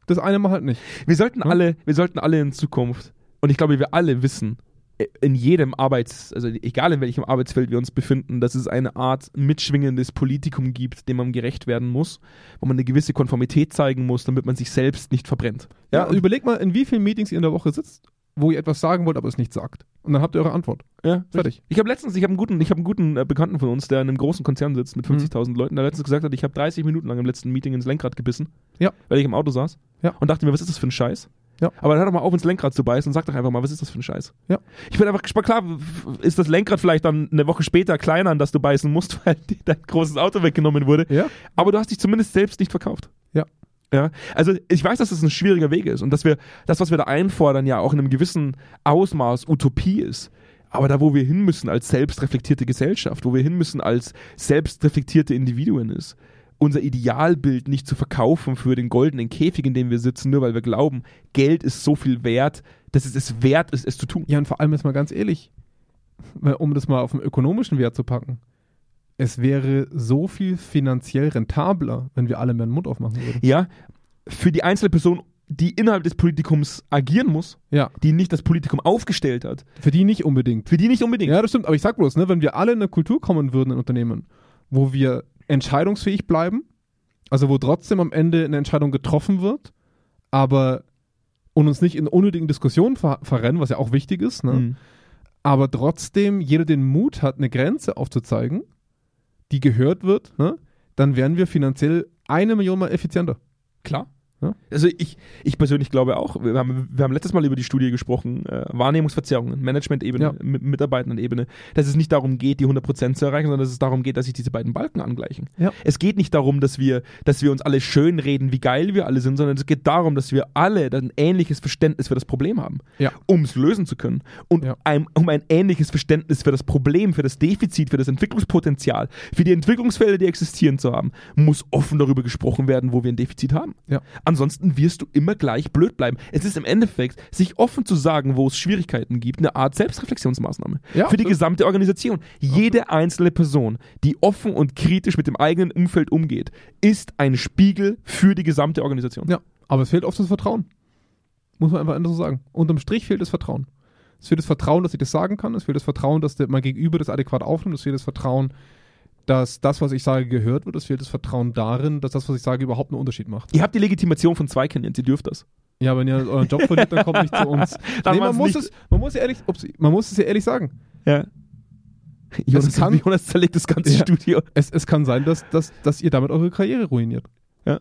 Das eine Mal halt nicht.
Wir sollten
Ja.
alle, wir sollten alle in Zukunft, und ich glaube, wir alle wissen, äh, in jedem Arbeits, also egal in welchem Arbeitsfeld wir uns befinden, dass es eine Art mitschwingendes Politikum gibt, dem man gerecht werden muss, wo man eine gewisse Konformität zeigen muss, damit man sich selbst nicht verbrennt.
Ja,
Ja, und-
überleg mal, in wie vielen Meetings ihr in der Woche sitzt, wo ihr etwas sagen wollt, aber es nicht sagt. Und dann habt ihr eure Antwort.
ja
Fertig.
Ich habe letztens, ich habe einen guten, ich habe einen guten äh, Bekannten von uns, der in einem großen Konzern sitzt
Mhm.
mit 50.000 Leuten, der letztens gesagt hat, ich habe 30 Minuten lang im letzten Meeting ins Lenkrad gebissen,
Ja.
weil ich im Auto saß
Ja.
und dachte mir, was ist das für ein Scheiß?
Ja.
Aber dann hör doch mal auf, ins Lenkrad zu beißen und sag doch einfach mal, was ist das für ein Scheiß?
Ja.
Ich bin einfach gespannt, klar, ist das Lenkrad vielleicht dann eine Woche später kleiner, an das du beißen musst, <laughs> weil dir dein großes Auto weggenommen wurde,
Ja.
aber du hast dich zumindest selbst nicht verkauft.
Ja.
Ja, also ich weiß, dass das ein schwieriger Weg ist und dass wir das, was wir da einfordern, ja auch in einem gewissen Ausmaß Utopie ist. Aber da, wo wir hin müssen als selbstreflektierte Gesellschaft, wo wir hin müssen als selbstreflektierte Individuen ist, unser Idealbild nicht zu verkaufen für den goldenen Käfig, in dem wir sitzen, nur weil wir glauben, Geld ist so viel wert, dass es es wert ist, es zu tun.
Ja, und vor allem jetzt mal ganz ehrlich, weil, um das mal auf den ökonomischen Wert zu packen, es wäre so viel finanziell rentabler, wenn wir alle mehr den Mund aufmachen würden.
Ja, für die einzelne Person, die innerhalb des Politikums agieren muss,
Ja,
die nicht das Politikum aufgestellt hat,
für die nicht unbedingt.
für die nicht unbedingt.
Ja, das stimmt, aber ich sag bloß, ne, wenn wir alle in eine Kultur kommen würden in Unternehmen, wo wir entscheidungsfähig bleiben, also wo trotzdem am Ende eine Entscheidung getroffen wird, aber und uns nicht in unnötigen Diskussionen ver verrennen, was ja auch wichtig ist, ne?
Mhm.
aber trotzdem jeder den Mut hat, eine Grenze aufzuzeigen, die gehört wird, ne, dann wären wir finanziell eine Million mal effizienter.
Klar.
Ja?
Also ich, ich persönlich glaube auch, wir haben, wir haben letztes Mal über die Studie gesprochen, äh, Wahrnehmungsverzerrungen, Management-Ebene,
Ja.
Mi- Mitarbeitenden-Ebene, dass es nicht darum geht, die 100% zu erreichen, sondern dass es darum geht, dass sich diese beiden Balken angleichen.
Ja.
Es geht nicht darum, dass wir, dass wir uns alle schön reden, wie geil wir alle sind, sondern es geht darum, dass wir alle ein ähnliches Verständnis für das Problem haben,
Ja.
um es lösen zu können. Und
Ja.
ein, um ein ähnliches Verständnis für das Problem, für das Defizit, für das Entwicklungspotenzial, für die Entwicklungsfelder, die existieren zu haben, muss offen darüber gesprochen werden, wo wir ein Defizit haben.
Ja.
Ansonsten wirst du immer gleich blöd bleiben. Es ist im Endeffekt, sich offen zu sagen, wo es Schwierigkeiten gibt, eine Art Selbstreflexionsmaßnahme.
Ja,
für die
absolut.
gesamte Organisation. Jede einzelne Person, die offen und kritisch mit dem eigenen Umfeld umgeht, ist ein Spiegel für die gesamte Organisation.
Ja, aber es fehlt oft das Vertrauen. Muss man einfach anders so sagen. Unterm Strich fehlt das Vertrauen. Es fehlt das Vertrauen, dass ich das sagen kann. Es fehlt das Vertrauen, dass der, mein Gegenüber das adäquat aufnimmt. Es fehlt das Vertrauen, dass das, was ich sage, gehört wird. Es fehlt das Vertrauen darin, dass das, was ich sage, überhaupt einen Unterschied macht.
Ihr habt die Legitimation von zwei Candidates, ihr dürft das.
Ja, wenn ihr euren Job verliert, dann kommt nicht zu uns.
<laughs> Dann
nee, man,
war's
muss
nicht-
es, man, muss ja ehrlich, ups, man muss es ja ehrlich sagen.
Ja. Jonas,
kann-
Jonas zerlegt das ganze
Ja.
Studio.
Es, es kann sein, dass, dass, dass ihr damit eure Karriere ruiniert.
Ja.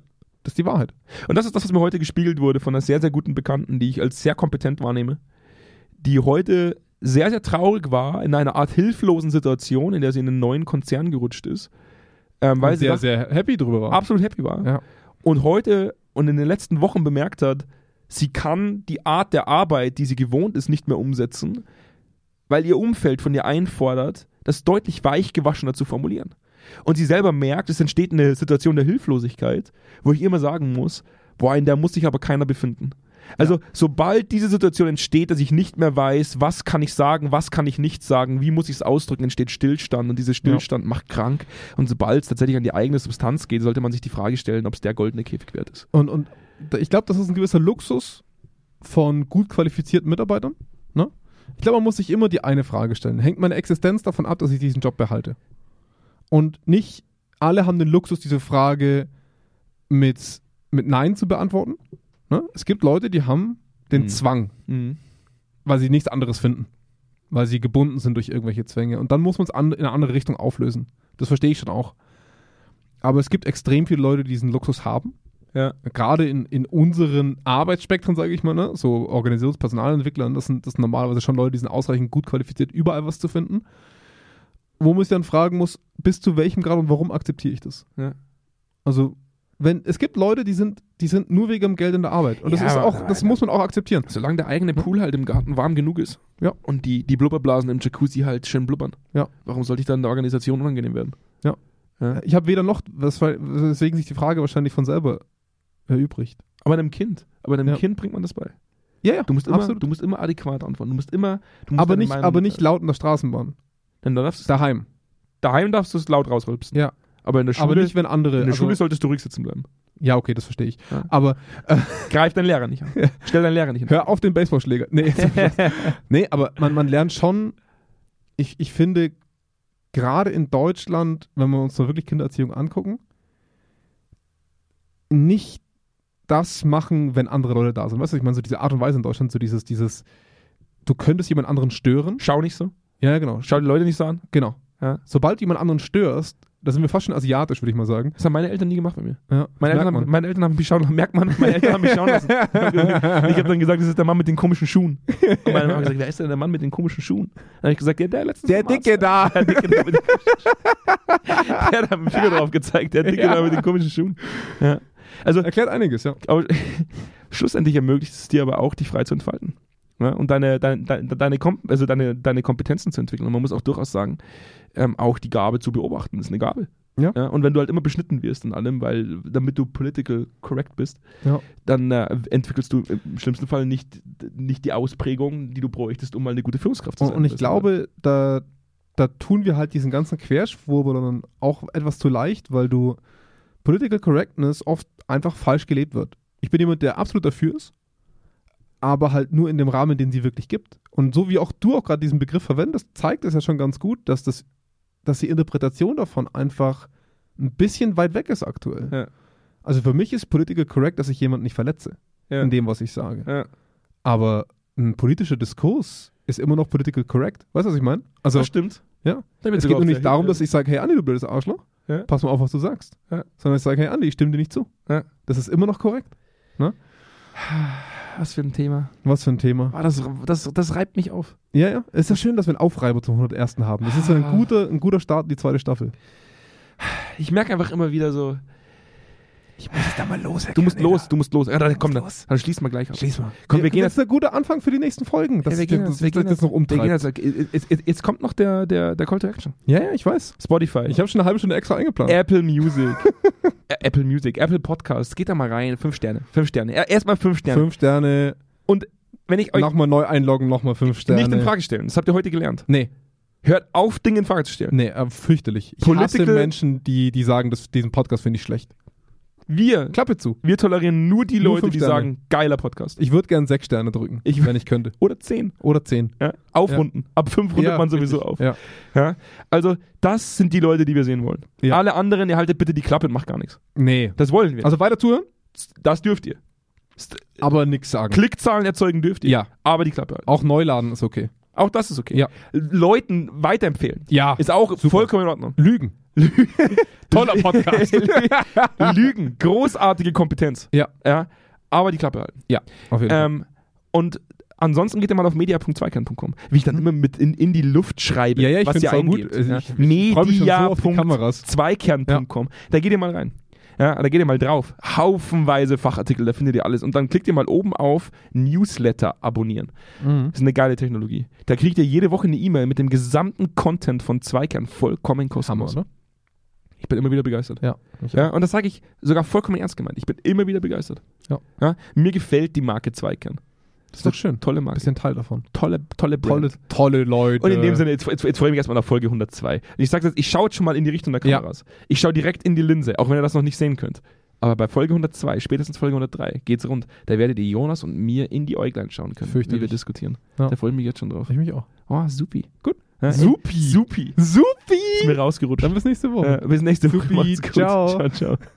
Das ist die Wahrheit.
Und das ist das, was mir heute gespiegelt wurde von einer sehr, sehr guten Bekannten, die ich als sehr kompetent wahrnehme, die heute sehr, sehr traurig war in einer Art hilflosen Situation, in der sie in einen neuen Konzern gerutscht ist, ähm, weil
Und
sie
sehr,
da
sehr happy drüber war.
absolut happy war.
Ja.
Und heute und in den letzten Wochen bemerkt hat, sie kann die Art der Arbeit, die sie gewohnt ist, nicht mehr umsetzen, weil ihr Umfeld von ihr einfordert, das deutlich weichgewaschener zu formulieren. Und sie selber merkt, es entsteht eine Situation der Hilflosigkeit, wo ich immer sagen muss, boah, in der muss sich aber keiner befinden. Also sobald diese Situation entsteht, dass ich nicht mehr weiß, was kann ich sagen, was kann ich nicht sagen, wie muss ich es ausdrücken, entsteht Stillstand und dieser Stillstand macht krank. Und sobald es tatsächlich an die eigene Substanz geht, sollte man sich die Frage stellen, ob es der goldene Käfig wert ist.
Und, und da- ich glaube, das ist ein gewisser Luxus von gut qualifizierten Mitarbeitern. Ne? Ich glaube, man muss sich immer die eine Frage stellen. Hängt meine Existenz davon ab, dass ich diesen Job behalte? Und nicht alle haben den Luxus, diese Frage mit, mit Nein zu beantworten. Ne? Es gibt Leute, die haben den
Mhm.
Zwang, weil sie nichts anderes finden. Weil sie gebunden sind durch irgendwelche Zwänge. Und dann muss man es an, in eine andere Richtung auflösen. Das verstehe ich schon auch. Aber es gibt extrem viele Leute, die diesen Luxus haben
Ja.
gerade in, in unseren Arbeitsspektren, sage ich mal, ne? so Organisationspersonalentwicklern, das sind, das sind normalerweise schon Leute, die sind ausreichend gut qualifiziert, überall was zu finden. Wo man sich dann fragen muss, bis zu welchem Grad und warum akzeptiere ich das?
Ja.
Also, wenn, es gibt Leute, die sind, die sind nur wegen dem Geld in der Arbeit. Und das
Ja,
ist
aber-
auch, das muss man auch akzeptieren.
Solange der eigene Pool halt im Garten warm genug ist
Ja.
und die, die Blubberblasen im Jacuzzi halt schön blubbern,
Ja.
warum sollte ich dann der Organisation unangenehm werden?
Ich habe weder noch, was- weswegen sich die Frage wahrscheinlich von selber erübrigt.
Aber einem Kind, aber einem
Ja.
Kind bringt man das bei.
Ja, ja,
Du musst immer,
absolut.
du musst immer adäquat antworten. Du musst immer, du musst
Aber
deine
nicht,
Meinung
aber nicht
mitteilen.
laut in der Straßenbahn.
Denn da darfst du,
Daheim.
daheim darfst du es laut rausrülpsen.
Ja.
Aber in der Schule,
aber nicht, wenn andere.
in der
also-
Schule solltest du ruhig sitzen
<laughs>
bleiben.
ja, okay, das verstehe ich.
Ja.
Aber
Greif deinen Lehrer
<laughs>
nicht an. Stell deinen Lehrer nicht an.
Hör auf den Baseballschläger. Nee, jetzt hab
<laughs>
ich Spaß. nee aber man, man lernt schon, ich, ich finde, gerade in Deutschland, wenn wir uns da wirklich Kindererziehung angucken, nicht das machen, wenn andere Leute da sind. Weißt du, ich meine, so diese Art und Weise in Deutschland, so dieses, dieses, du könntest jemand anderen stören.
Schau nicht so.
Ja, genau.
Schau die Leute nicht so an.
Genau.
Ja.
Sobald jemand anderen störst, da sind wir fast schon asiatisch, würde ich mal sagen.
Das haben meine Eltern nie gemacht bei mir. Meine
Ja, das merkt
Eltern, haben, meine Eltern haben mich schauen lassen. Merkt man, meine Eltern haben mich schauen
<laughs>
lassen. Ich habe dann gesagt, das ist der Mann mit den komischen Schuhen. Und meine Mama hat gesagt, wer ist denn der Mann mit den komischen Schuhen? Dann habe ich gesagt, ja, der letzte.
Der Dicke da.
<laughs> Der Dicke da mit den komischen Schuhen. Der hat mit dem Finger drauf gezeigt. Der Dicke
Ja.
da mit den komischen Schuhen. Ja. Also,
Erklärt einiges, ja.
aber <laughs> schlussendlich ermöglicht es dir aber auch, dich frei zu entfalten. Ne? Und deine, deine, deine, deine, Kom also deine, deine Kompetenzen zu entwickeln. Und man muss auch durchaus sagen, ähm, auch die Gabe zu beobachten ist eine Gabe.
Ja.
Und wenn du halt immer beschnitten wirst in allem, weil damit du political correct bist,
Ja.
dann äh, entwickelst du im schlimmsten Fall nicht, nicht die Ausprägung, die du bräuchtest, um mal eine gute Führungskraft zu
Und,
sein. ne?
und ich
Weißt du?
glaube, da, da tun wir halt diesen ganzen Querschwurbel dann auch etwas zu leicht, weil du Political Correctness oft einfach falsch gelebt wird. Ich bin jemand, der absolut dafür ist, aber halt nur in dem Rahmen, den sie wirklich gibt. Und so wie auch du auch gerade diesen Begriff verwendest, zeigt es ja schon ganz gut, dass, das, dass die Interpretation davon einfach ein bisschen weit weg ist aktuell.
Ja.
Also für mich ist Political Correct, dass ich jemanden nicht verletze
ja.
in dem, was ich sage.
Ja.
Aber ein politischer Diskurs ist immer noch political correct. Weißt du, was ich meine? Also
das stimmt.
Ja.
Da bin ich
es geht
sogar
nur
auf
nicht
der
darum,
Hilfe.
dass ich sage, hey Andi, du blödes Arschloch,
Ja.
pass mal auf, was du sagst.
Ja.
Sondern ich sage, hey Andi, ich stimme dir nicht zu.
Ja.
Das ist immer noch korrekt. Ne?
Was für ein Thema.
Was für ein Thema.
Ah, das, das, das reibt mich auf.
Ja, ja. Es ist ja schön, dass wir einen Aufreiber zum 101. haben. Das ist
Ah.
ja ein guter, ein guter Start in die zweite Staffel.
Ich merke einfach immer wieder so,
Ich muss da mal los,
du musst los, du musst los. Ja, dann, komm, dann,
Los.
dann schließ mal gleich ab.
Schließ mal.
Komm, wir gehen
das ist ein guter Anfang für die nächsten Folgen. Das
Ja, wir gehen
das,
jetzt- wir
das
gehen
jetzt noch
Wir gehen
umtreibt.
jetzt, jetzt, jetzt- jetzt kommt noch der, der, der Call to Action.
Ja, ja, ich weiß.
Spotify.
Ich habe schon eine halbe Stunde extra <laughs> eingeplant.
Apple <laughs> Music. Ä- Apple Music, Apple Podcast. Geht da mal rein. Fünf Sterne. Fünf Sterne. Er- Erstmal fünf Sterne.
Fünf Sterne,
Und wenn ich euch
nochmal neu einloggen, nochmal fünf Sterne.
nicht in Frage stellen, das habt ihr heute gelernt.
Nee,
Hört auf, Dinge in Frage zu stellen.
nee, äh, fürchterlich. Ich hasse
Political-
Menschen, die, die sagen, das, diesen Podcast finde ich schlecht.
Wir,
Klappe zu.
wir tolerieren nur die
Nur
Leute,
fünf
die
Sterne.
sagen, geiler Podcast.
Ich würde gern sechs Sterne drücken,
Ich-
wenn ich könnte.
Oder zehn.
Oder zehn.
Ja? Aufrunden. Ab fünf rundet
Ja,
man sowieso
richtig.
auf.
Ja.
Ja? Also, das sind die Leute, die wir sehen wollen.
Ja.
Alle anderen, ihr haltet bitte die Klappe und macht gar nichts.
Nee.
Das wollen wir.
Also weiter zuhören,
das dürft ihr. St
aber nichts sagen.
Klickzahlen erzeugen dürft ihr.
Ja.
Aber die Klappe halten.
Auch Neuladen ist okay.
Auch das ist okay.
Ja.
Leuten weiterempfehlen.
Ja.
Ist auch vollkommen in
<laughs>
Ordnung.
Lügen.
<laughs> Toller Podcast. <laughs> Lügen. Großartige Kompetenz.
Ja.
ja. Aber die Klappe halten.
<laughs> Ja, auf jeden Fall.
Ähm, und ansonsten geht ihr mal auf media.zweikern.com, wie ich dann immer mit in, in die Luft schreibe,
Mhm. Ja, ja, ich
was
find's
ihr
auch gut.
eingebt.
Also
Ja.
ich- ich freu mich schon so auf die Kameras.
Media.zweikern.com. Da geht ihr mal rein. Ja, da geht ihr mal drauf. Haufenweise Fachartikel, da findet ihr alles. Und dann klickt ihr mal oben auf Newsletter abonnieren.
Mhm.
Das ist eine geile Technologie. Da kriegt ihr jede Woche eine E-Mail mit dem gesamten Content von Zweikern vollkommen
Hammer,
kostenlos.
oder?
Ich bin immer wieder begeistert.
Ja.
Ja, und das sage ich sogar vollkommen ernst gemeint. Ich bin immer wieder begeistert.
Ja.
Mir gefällt die Marke Zweikern.
Das ist doch schön.
Tolle Marke.
Bisschen Teil davon.
tolle, tolle Brand.
Tolle, tolle Leute.
Und in dem Sinne, jetzt, jetzt, jetzt freue ich mich erstmal auf Folge 102. Und ich sage jetzt, ich schaue jetzt schon mal in die Richtung der
Ja.
Kameras. Ich schaue direkt in die Linse, auch wenn ihr das noch nicht sehen könnt. Aber bei Folge 102, spätestens Folge 103, geht's rund. Da werdet ihr Jonas und mir in die Äuglein schauen können, wie wir
Fürchterlich.
diskutieren.
Ja.
Da freue ich mich jetzt schon drauf.
Ich mich auch.
Oh, supi.
Gut.
Ja, ey,
Supi.
Supi.
Supi!
Ist mir rausgerutscht.
Dann bis nächste Woche.
Äh, bis nächste Woche.
Supi.
Macht's gut.
Ciao.
ciao. ciao.